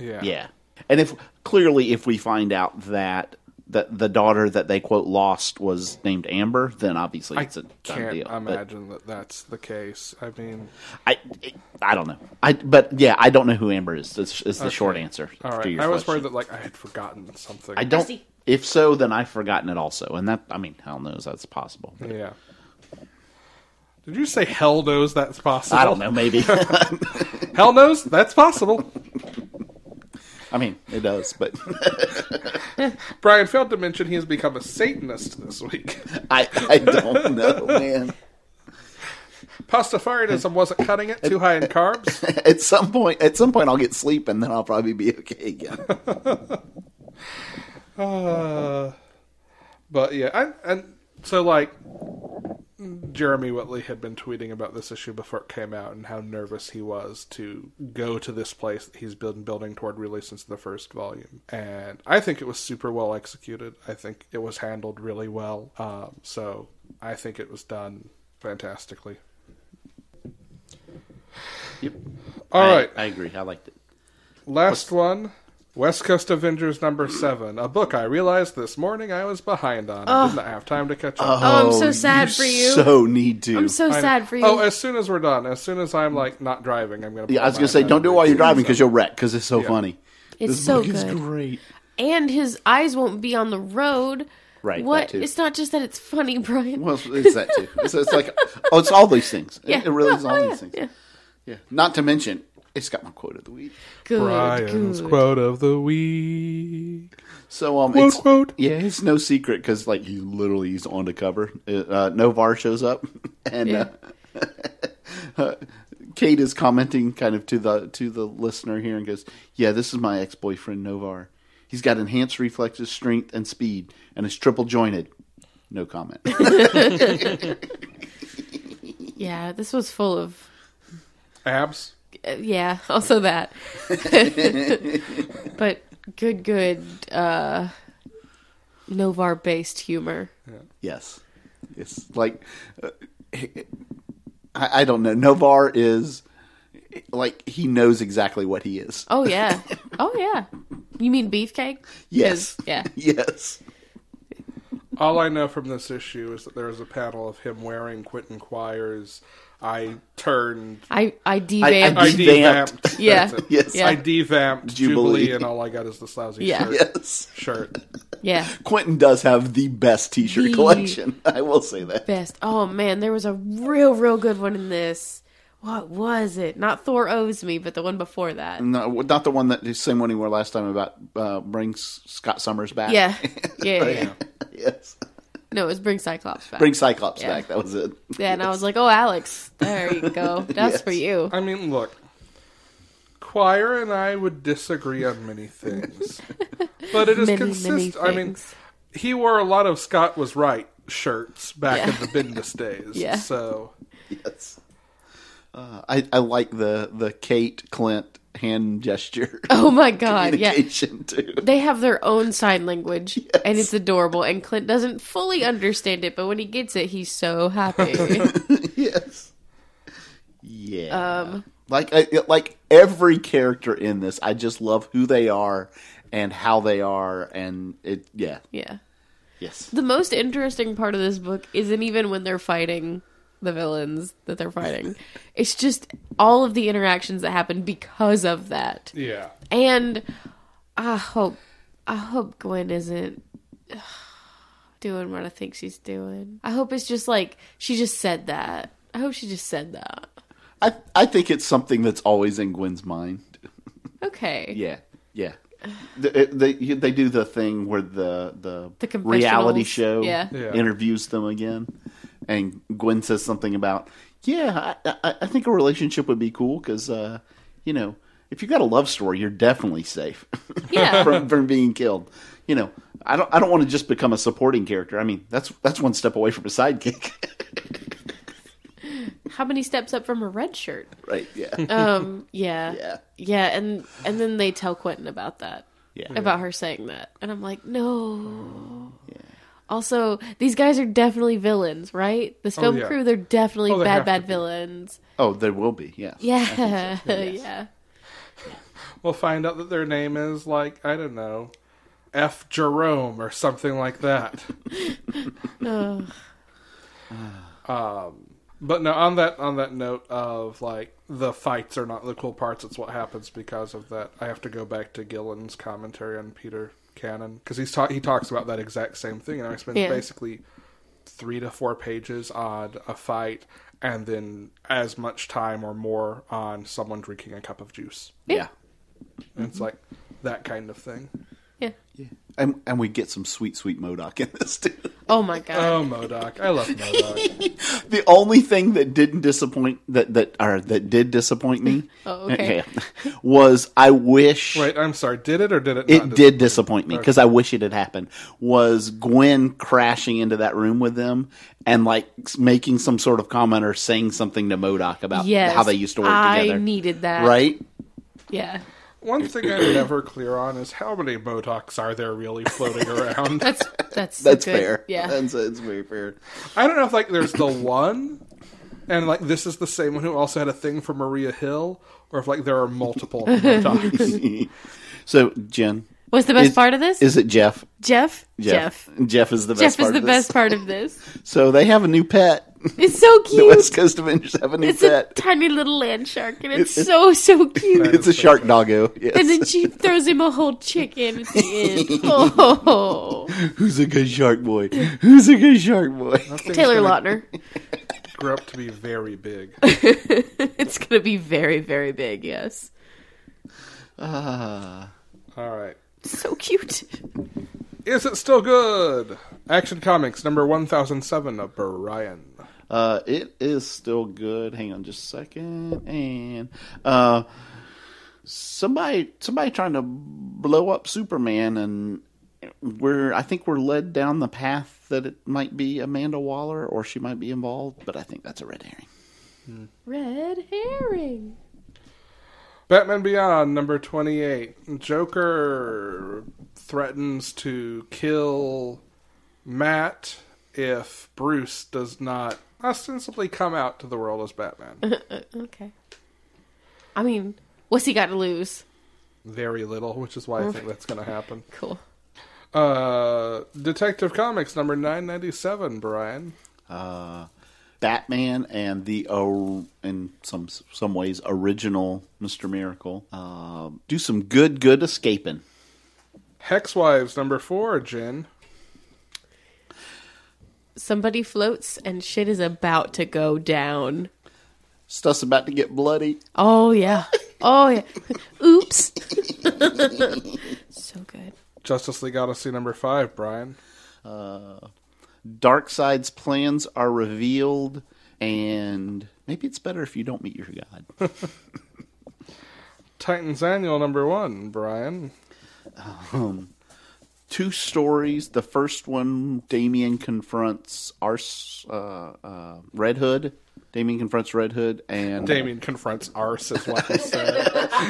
S3: Yeah,
S1: yeah. And if clearly, if we find out that that the daughter that they quote lost was named Amber, then obviously
S3: I
S1: it's a done
S3: can't
S1: deal. But
S3: imagine that that's the case. I mean,
S1: I I don't know. I but yeah, I don't know who Amber is. Is, is the short answer
S3: all
S1: to
S3: right.
S1: your
S3: I was
S1: question.
S3: worried that like I had forgotten something.
S1: I don't.
S2: Bessie.
S1: If so, then I've forgotten it also, and that I mean, hell knows that's possible. but-
S3: Yeah. Did you say hell knows that's possible?
S1: I don't know. Maybe.
S3: Hell knows that's possible.
S1: I mean, it does, but
S3: Brian failed to mention he has become a Satanist this week.
S1: I, I don't know, man.
S3: Pastafarianism wasn't cutting it, too high in carbs.
S1: At some point, at some point, I'll get sleep, and then I'll probably be okay again.
S3: Uh, but yeah, I, and so like Jeremy Whitley had been tweeting about this issue before it came out and how nervous he was to go to this place that he's been building toward really since the first volume. And I think it was super well executed. I think it was handled really well. Um, so I think it was done fantastically.
S1: Yep.
S3: All
S1: I,
S3: right,
S1: I agree. I liked it.
S3: last one. West Coast Avengers number seven, a book I realized this morning I was behind on. I did not have time to catch up.
S2: Oh, I'm so sad for you.
S1: So need to.
S2: I'm so
S3: I know.
S2: sad for you.
S3: Oh, as soon as we're done, as soon as I'm like not driving, I'm gonna.
S1: yeah,
S3: pull
S1: I was
S3: my
S1: gonna say,
S3: iPad
S1: don't do it
S3: and
S1: while you're
S3: read
S1: driving because you'll wreck. Because it's so funny.
S2: It's
S1: this
S2: so
S1: book is
S2: good.
S1: great.
S2: and his eyes won't be on the road.
S1: Right,
S2: What?
S1: that too.
S2: It's not just that it's funny, Brian.
S1: Well, it's- it's that too. It's, it's like, oh, it's all these things. It-
S2: Yeah.
S1: It, really is
S2: Oh,
S1: all
S2: yeah,
S1: these things.
S2: yeah.
S1: Yeah. Not to mention, it's got my quote of the week.
S2: Good.
S3: Brian's
S2: good.
S3: quote of the week.
S1: So um,
S3: Quote,
S1: it's,
S3: quote.
S1: yeah, it's no secret because like he literally he's on the cover. Uh, Novar shows up, and
S2: Yeah.
S1: uh, uh, Kate is commenting kind of to the to the listener here and goes, "Yeah, this is my ex boyfriend Novar. He's got enhanced reflexes, strength, and speed, and is triple jointed." No comment.
S2: Yeah, this was full of.
S3: Abs.
S2: uh, yeah, also that. but good, good. uh Novar based humor.
S1: yes, it's like uh, I, I don't know. Novar is like he knows exactly what he is.
S2: Oh yeah, oh yeah. You mean beefcake? 'Cause-
S1: Yes.
S2: Yeah.
S1: Yes.
S3: All I know from this issue is that there is a panel of him wearing Quentin Quire's "I turned,
S2: I I devamped.
S1: I
S3: I
S1: did-
S3: devamped."
S1: Devamped.
S2: Yeah.
S3: That's it.
S1: Yes.
S2: Yeah.
S3: I devamped
S1: Jubilee.
S3: Jubilee. and all I got is the lousy
S2: Yeah.
S3: shirt.
S1: Yes.
S3: Shirt.
S2: yeah.
S1: Quentin does have the best T-shirt
S2: The-
S1: collection. I will say that.
S2: Best. Oh man, there was a real, real good one in this. What was it? Not Thor owes me, but the one before that.
S1: No, not the one that the same one he wore last time about uh, brings Scott Summers back.
S2: Yeah. Yeah, yeah, yeah.
S1: yes.
S2: No, it was bring Cyclops back.
S1: Bring Cyclops
S2: Yeah.
S1: back. That was it.
S2: yeah, and I was like, "Oh, Alex, there you go. That's
S1: Yes.
S2: for you."
S3: I mean, look, Choir and I would disagree on many things, but it is
S2: Many, many
S3: consistent. I mean,
S2: things.
S3: he wore a lot of Scott was right shirts back
S2: Yeah.
S3: in the business days.
S2: Yeah.
S3: So
S1: Yes. Uh, I I like the the Kate Clint hand gesture
S2: Oh my god, yeah.
S1: communication too.
S2: They have their own sign language, and it's adorable. And Clint doesn't fully understand it, but when he gets it, he's so happy.
S1: yes. Yeah.
S2: Um,
S1: like I, like every character in this, I just love who they are and how they are, and it. Yeah.
S2: yeah.
S1: Yes.
S2: The most interesting part of this book isn't even when they're fighting the villains that they're fighting. It's just all of the interactions that happen because of that.
S3: yeah,
S2: And I hope I hope Gwen isn't doing what I think she's doing. I hope it's just like she just said that. I hope she just said that.
S1: I I think it's something that's always in Gwen's mind.
S2: Okay.
S1: Yeah. Yeah. They, they they do the thing where the the,
S2: The confessionals,
S1: reality show
S2: yeah.
S3: Yeah.
S1: interviews them again, and Gwen says something about, "Yeah, I, I, I think a relationship would be cool because, uh, you know, if you got a love story, you're definitely safe
S2: Yeah.
S1: from from being killed. You know, I don't I don't want to just become a supporting character. I mean, that's that's one step away from a sidekick,
S2: How many steps up from a red shirt?
S1: right? Yeah,
S2: Um, yeah.
S1: Yeah.
S2: Yeah, and and then they tell Quentin about that.
S1: yeah,
S2: about her saying that. And I'm like, no. Also, these guys are definitely villains, right? This film
S3: Oh, yeah.
S2: crew, they're definitely
S3: Oh, they
S2: bad,
S3: have to
S2: bad
S3: be.
S2: villains.
S1: Oh, there will be. Yeah,
S2: Yeah. yeah.
S3: we'll find out that their name is like I don't know, F Jerome or something like that. But no, on that on that note of like the fights are not the cool parts; it's what happens because of that. I have to go back to Gillen's commentary on Peter Cannon because he's ta- he talks about that exact same thing, and I spent
S2: Yeah.
S3: basically three to four pages on a fight, and then as much time or more on someone drinking a cup of juice.
S1: yeah.
S3: And it's like that kind of thing.
S2: Yeah.
S1: And, and we get some sweet, sweet Modoc in this too.
S2: Oh my god.
S3: Oh, Modoc, I love Modoc.
S1: The only thing that didn't disappoint that that or that did disappoint me,
S2: Oh, okay.
S1: yeah, was I wish
S3: Wait, I'm sorry, did it or did it?
S1: it
S3: not
S1: did disappoint me because I wish it had happened. Was Gwen crashing into that room with them and like s- making some sort of comment or saying something to Modoc
S3: Uh,
S1: about
S2: yes.
S1: how they used to work
S2: I
S1: together?
S2: needed that.
S1: right?
S2: Yeah.
S3: One thing I'm never clear on is how many Modocs are there really floating around.
S2: That's that's
S1: That's
S2: good.
S1: fair. Um,
S2: Yeah.
S1: that's, that's very fair.
S3: I don't know if like there's the one, and like this is the same one who also had a thing for Maria Hill, or if like there are multiple Botox.
S1: So Jen,
S2: What's the best
S1: Is-
S2: part of this?
S1: is it Jeff?
S2: Jeff?
S1: Jeff.
S2: Jeff.
S1: Jeff, is the best.
S2: Jeff is
S1: part
S2: the
S1: of this.
S2: best part of this.
S1: So they have a new pet.
S2: It's so
S1: the West
S2: cute.
S1: Coast Avengers have a new
S2: It's a
S1: pet.
S2: tiny little land shark, and it's
S1: It- it-
S2: so so cute.
S1: it's a shark doggo. Yes.
S2: And then she throws him a whole chicken at the end. Oh,
S1: Who's a good shark boy? Who's a good shark boy?
S3: That thing's
S2: Taylor
S3: gonna
S2: Lautner.
S3: Grew up to be very big.
S2: It's gonna be very very big. Yes,
S1: Ah.
S3: All right.
S2: so cute.
S3: Is it still good? Action Comics number 1007 of Brian.
S1: Uh, it is still good. Hang on just a second. And uh, somebody somebody trying to blow up Superman, and we're I think we're led down the path that it might be Amanda Waller or she might be involved, but I think that's a red herring.
S2: Red herring.
S3: Batman Beyond number 28. Joker threatens to kill Matt if Bruce does not ostensibly come out to the world as Batman.
S2: Okay. I mean, what's he got to lose?
S3: very little, which is why I think that's going to happen.
S2: Cool.
S3: Uh, Detective Comics number 997, Brian.
S1: Uh, Batman and the or- in some some ways original Mister Miracle uh, do some good good escaping.
S3: Hex Wives number 4, Jen.
S2: Somebody floats and shit is about to go down.
S1: Stuff's about to get bloody.
S2: Oh yeah. Oh yeah. Oops. so good.
S3: Justice League Odyssey number 5, Brian.
S1: Darkseid's plans are revealed, and maybe it's better if you don't meet your god.
S3: Titans Annual number 1, Brian.
S1: Two stories. The first one, Damien confronts Ars, uh, uh, Red Hood. Damien confronts Red Hood, and
S3: Damien confronts Arse, is what he said.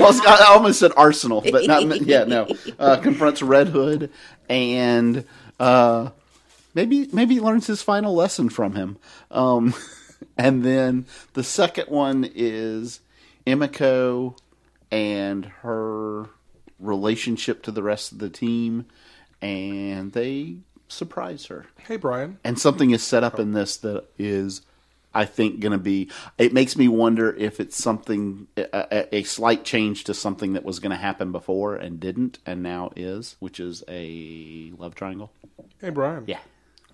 S1: well, I almost said Arsenal, but not yeah, no. Uh, confronts Red Hood, and uh, maybe maybe he learns his final lesson from him. Um, and then the second one is Emiko and her relationship to the rest of the team, and they surprise her
S3: Hey, Brian.
S1: and something is set up in this that is i think going to be it makes me wonder if it's something a, a- a slight change to something that was going to happen before and didn't and now is which is a love triangle
S3: Hey, Brian.
S1: yeah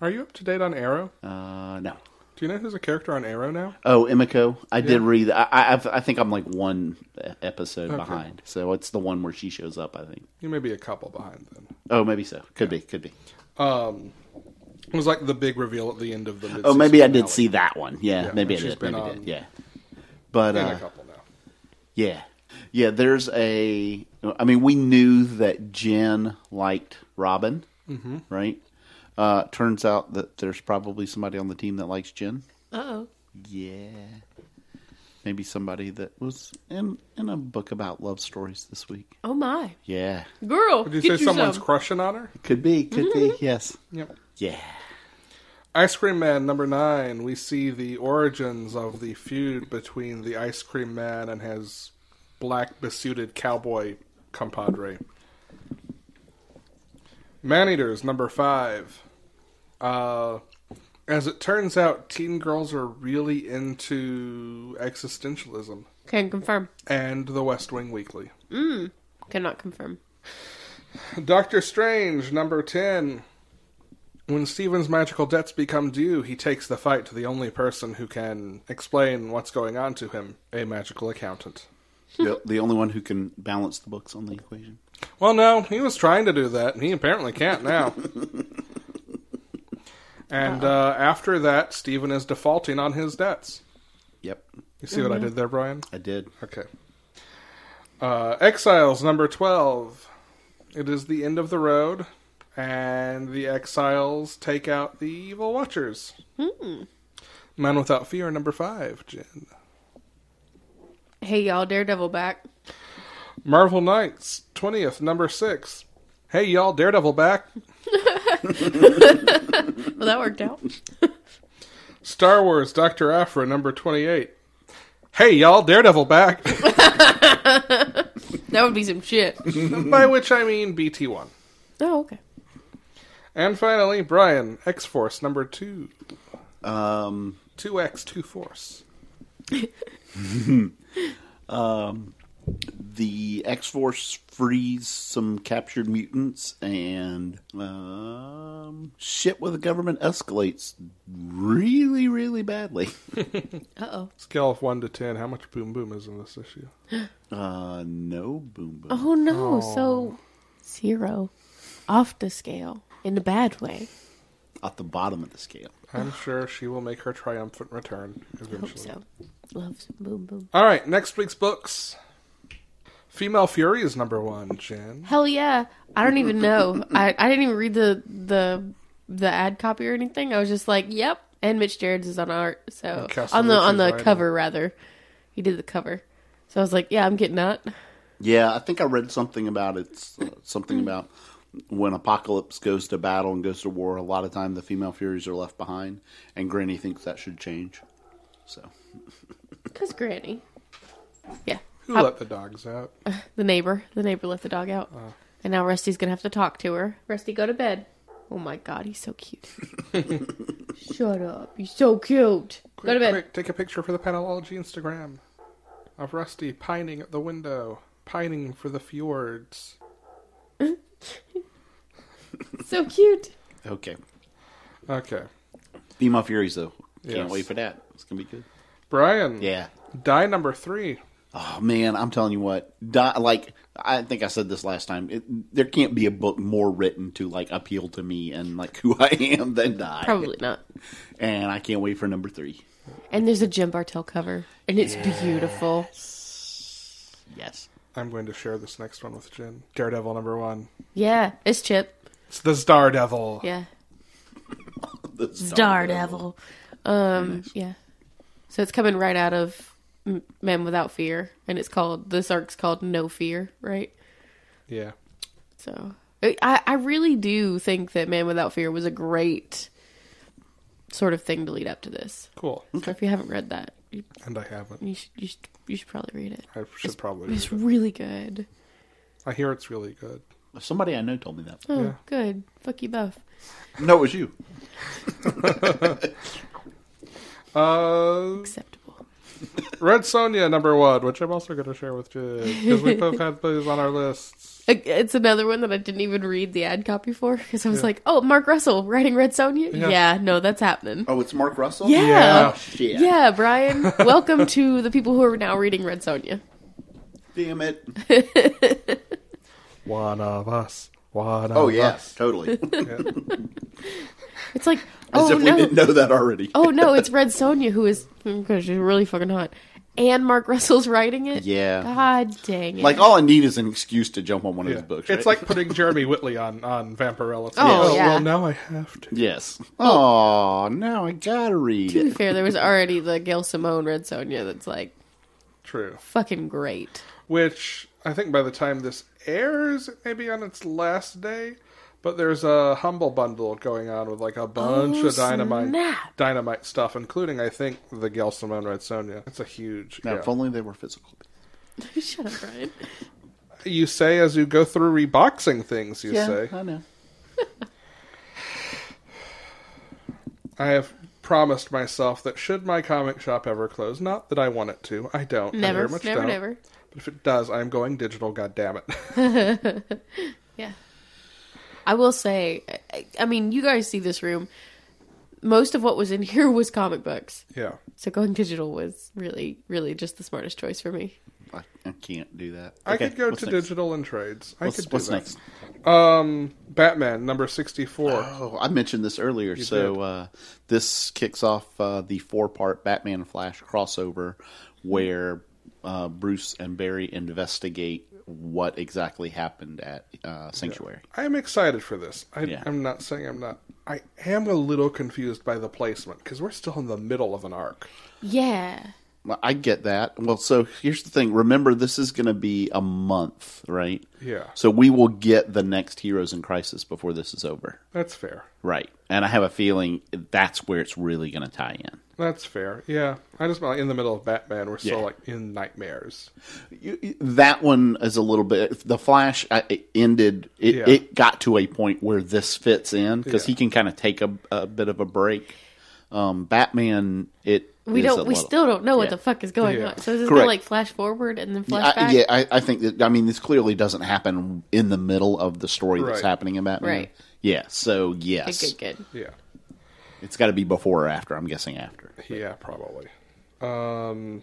S3: Are you up to date on Arrow?
S1: uh no
S3: Do you know who's a character on Arrow now?
S1: oh imiko i did read I, I I've- i think i'm like one e- episode behind so it's the one where she shows up i think
S3: You may be a couple behind then.
S1: oh maybe so could be could be
S3: Um, it was like the big reveal at the end of the.
S1: oh maybe i
S3: mid-season
S1: did
S3: finale.
S1: see that one yeah,
S3: Yeah,
S1: maybe i
S3: she's
S1: did
S3: been
S1: maybe I
S3: on-
S1: did yeah but
S3: In
S1: uh,
S3: a couple now.
S1: Yeah. Yeah, there's a. I mean, we knew that Jen liked Robin, right? Uh, turns out that there's probably somebody on the team that likes Jen.
S2: Uh oh.
S1: Yeah. Maybe somebody that was in, in a book about love stories this week.
S2: Oh my.
S1: Yeah.
S2: Girl.
S3: Would you
S2: get
S3: say someone's
S2: some.
S3: crushing on her?
S1: Could be, could be, yes.
S3: Yep.
S1: Mm-hmm. Yeah.
S3: Ice Cream Man number nine. We see the origins of the feud between the Ice Cream Man and his black besuited cowboy compadre. Maneaters number five. Uh, as it turns out, teen girls are really into existentialism
S2: Can confirm.
S3: and The West Wing Weekly.
S2: Cannot confirm.
S3: Doctor Strange, number 10. When Steven's magical debts become due, he takes the fight to the only person who can explain what's going on to him a magical accountant.
S1: the, the only one who can balance the books on the equation.
S3: Well, no, he was trying to do that, and he apparently can't now. and uh, after that, Steven is defaulting on his debts.
S1: Yep.
S3: You see what I did there, Brian?
S1: I did.
S3: Okay. Uh, Exiles number 12. It is the end of the road, and the exiles take out the evil watchers. Man Without Fear number 5, Jen.
S2: Hey y'all, Daredevil back.
S3: Marvel Knights 20th, number 6. Hey, y'all, Daredevil back.
S2: Well, that worked out.
S3: Star Wars Dr. Aphra number 28. Hey, y'all, Daredevil back.
S2: That would be some shit.
S3: By which I mean BT1.
S2: Oh, okay.
S3: And finally, Brian, X Force number two.
S1: Um,
S3: 2X, 2 Force.
S1: the X Force frees some captured mutants, and um, shit with the government escalates really, really badly.
S2: Uh oh.
S3: Scale of 1 to 10. How much boom boom is in this issue?
S1: Uh, no, boom boom.
S2: Oh no. So zero, off the scale in a bad way.
S1: At the bottom of the scale.
S3: I'm sure she will make her triumphant return eventually.
S2: Hope so. Love some boom boom.
S3: All right, next week's books. Female Fury is number one, Jen.
S2: Hell yeah! I don't even know. I, I didn't even read the the the ad copy or anything. I was just like, "Yep." And Mitch Jared's is on art, so
S3: Castellucci's
S2: on the on the
S3: writing.
S2: cover rather. He did the cover, so I was like, "Yeah, I'm getting that."
S1: Yeah, I think I read something about it's uh, something about when Apocalypse goes to battle and goes to war. A lot of time, the female Furies are left behind, and Granny thinks that should change. So
S2: Cause Granny, yeah,
S3: Who let the dogs out?
S2: the neighbor, the neighbor let the dog out, and now Rusty's gonna have to talk to her. Rusty, go to bed. Oh my God, he's so cute. Shut up! You're so cute. go to bed.
S3: Quick, take a picture for the Panelology Instagram of Rusty pining at the window, pining for the fjords.
S2: So cute.
S1: okay,
S3: Okay.
S1: female Furies though. Can't
S3: Yes.
S1: wait for that. It's gonna be good.
S3: Brian,
S1: Yeah.
S3: die number three.
S1: Oh man, I'm telling you what. Di- like I think I said this last time. It, there can't be a book more written to like appeal to me and like who I am than Die.
S2: Probably not.
S1: And I can't wait for number three.
S2: And there's a Jim Bartel cover, and it's beautiful.
S1: Yes.
S3: I'm going to share this next one with Jen. Daredevil number one.
S2: Yeah, it's Chip.
S3: It's the Star Devil.
S2: Yeah,
S1: The Star
S2: Daredevil. Um, yeah. So it's coming right out of M- Men Without Fear, and it's called this arc's called No Fear, right?
S3: Yeah.
S2: So I I really do think that Man Without Fear was a great sort of thing to lead up to this.
S3: Cool.
S2: So if you haven't read that, you,
S3: And I haven't.
S2: you should you should you should probably read it.
S3: I should probably.
S2: It's really good.
S3: I hear it's really good.
S1: Somebody I know told me that.
S2: Oh,
S3: Yeah.
S2: good. Fuck you both.
S1: No, it was you.
S3: Uh,
S2: Acceptable.
S3: Red Sonia number one, which I'm also going to share with Jen because we both had those on our lists.
S2: It's another one that I didn't even read the ad copy for because I was like, "Oh, Mark Russell writing Red Sonja?
S3: Yeah.
S2: Yeah, no, that's happening.
S1: Oh, it's Mark Russell.
S2: Yeah.
S3: Yeah.
S2: yeah,
S1: Shit.
S2: Brian. welcome to the people who are now reading Red Sonja.
S1: Damn it.
S3: One of us. One of
S1: Oh yes,
S3: us.
S1: totally. As
S3: Yeah.
S2: It's like, oh
S1: if we
S2: no,
S1: didn't know that already.
S2: oh no, it's Red Sonja who is because she's really fucking hot, and Mark Russell's writing it.
S1: Yeah.
S2: God dang it.
S1: Like all I need is an excuse to jump on one of
S3: Yeah.
S1: his books.
S3: It's
S1: right?
S3: like putting Jeremy Whitley on on Vampirella. It's
S2: Oh,
S3: like,
S2: yeah.
S3: well, now I have to.
S1: yes. Oh, now I gotta read
S2: to be
S1: it.
S2: fair, there was already the Gail Simone Red Sonja that's like
S3: True.
S2: fucking great.
S3: Which I think by the time this airs, it may be on its last day. But there's a humble bundle going on with like a bunch
S2: Oh,
S3: of dynamite,
S2: snap.
S3: dynamite stuff, including I think the Gail Simone Red Sonia. It's a huge.
S1: Now,
S3: yeah.
S1: if only they were physical.
S2: Shut up, Brian.
S3: You say as you go through reboxing things. You say
S1: I know.
S3: I have promised myself that should my comic shop ever close, not that I want it to, I don't. I
S2: Never,
S3: very much
S2: never,
S3: don't.
S2: never.
S3: But if it does, I'm going digital. God damn it.
S2: Yeah. I will say, I, I mean, you guys see this room. Most of what was in here was comic books.
S3: yeah.
S2: So going digital was really, really just the smartest choice for me.
S1: I, I can't do that.
S3: I
S1: Okay,
S3: could go
S1: what's
S3: to
S1: next?
S3: digital and trades. I
S1: What's,
S3: could do
S1: what's
S3: that.
S1: next?
S3: Batman number sixty-four.
S1: Oh, I mentioned this earlier.
S3: did.
S1: so uh, this kicks off uh, the four-part Batman and Flash crossover, where uh, Bruce and Barry investigate what exactly happened at uh, Sanctuary.
S3: I am excited for this. I,
S1: Yeah.
S3: I'm not saying I'm not. I am a little confused by the placement because we're still in the middle of an arc.
S2: Yeah.
S1: Well, I get that. Well, so here's the thing. Remember, this is going to be a month, right?
S3: Yeah.
S1: So we will get the next Heroes in Crisis before this is over,
S3: That's fair.
S1: right? And I have a feeling that's where it's really going to tie in.
S3: That's fair. Yeah, I just like in the middle of Batman, we're still
S1: Yeah.
S3: like in nightmares.
S1: You- you- that one is a little bit the flash I, it ended it,
S3: Yeah.
S1: it got to a point where this fits in because he
S3: Yeah.
S1: can kind of take a, a bit of a break um batman it
S2: We
S1: is a
S2: don't. We
S1: little-
S2: still don't know what
S1: yeah.
S2: the fuck is going
S3: Yeah.
S2: on. So this is
S1: Correct.
S2: gonna like flash forward and then flash
S1: I,
S2: back.
S1: yeah I, I think that i mean this clearly doesn't happen in the middle of the story that's
S3: Right.
S1: happening in batman
S2: Right.
S1: yeah so
S2: Good,
S1: yes
S2: good, good.
S3: Yeah,
S1: it's got to be before or after i'm guessing after
S3: yeah, probably. Um,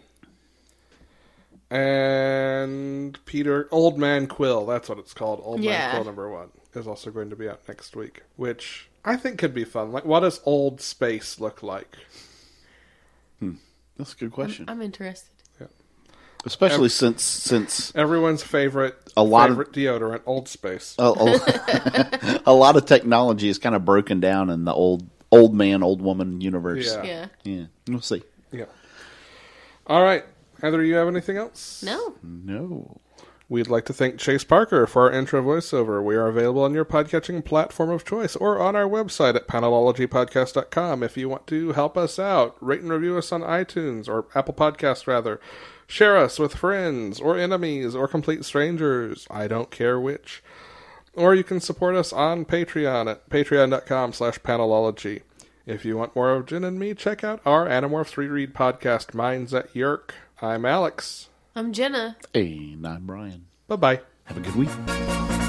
S3: and Peter, Old Man Quill. That's what it's called. Old Man
S2: Yeah.
S3: Quill number one is also going to be out next week, which I think could be fun. Like, what does old space look like?
S1: that's a good question
S2: I'm interested.
S1: especially since since
S3: Everyone's favorite
S1: A lot of-
S3: favorite deodorant, Old Space.
S1: a, a- a lot of technology is kind of broken down in the old old man old woman universe
S3: Yeah.
S2: Yeah.
S1: Yeah, we'll see.
S3: yeah. All right, Heather, you have anything else?
S2: No.
S1: No.
S3: We'd like to thank Chase Parker for our intro voiceover. We are available on your podcatching platform of choice or on our website at panelologypodcast.com. If you want to help us out, rate and review us on iTunes or Apple Podcasts, rather. Share us with friends or enemies or complete strangers. I don't care which. Or you can support us on Patreon at patreon.com slash panelology. If you want more of Jen and me, check out our Animorphs Reread podcast. Mine's at Yerk. I'm Alex.
S2: I'm Jenna.
S1: And I'm Brian.
S3: Bye-bye.
S1: Have a good week.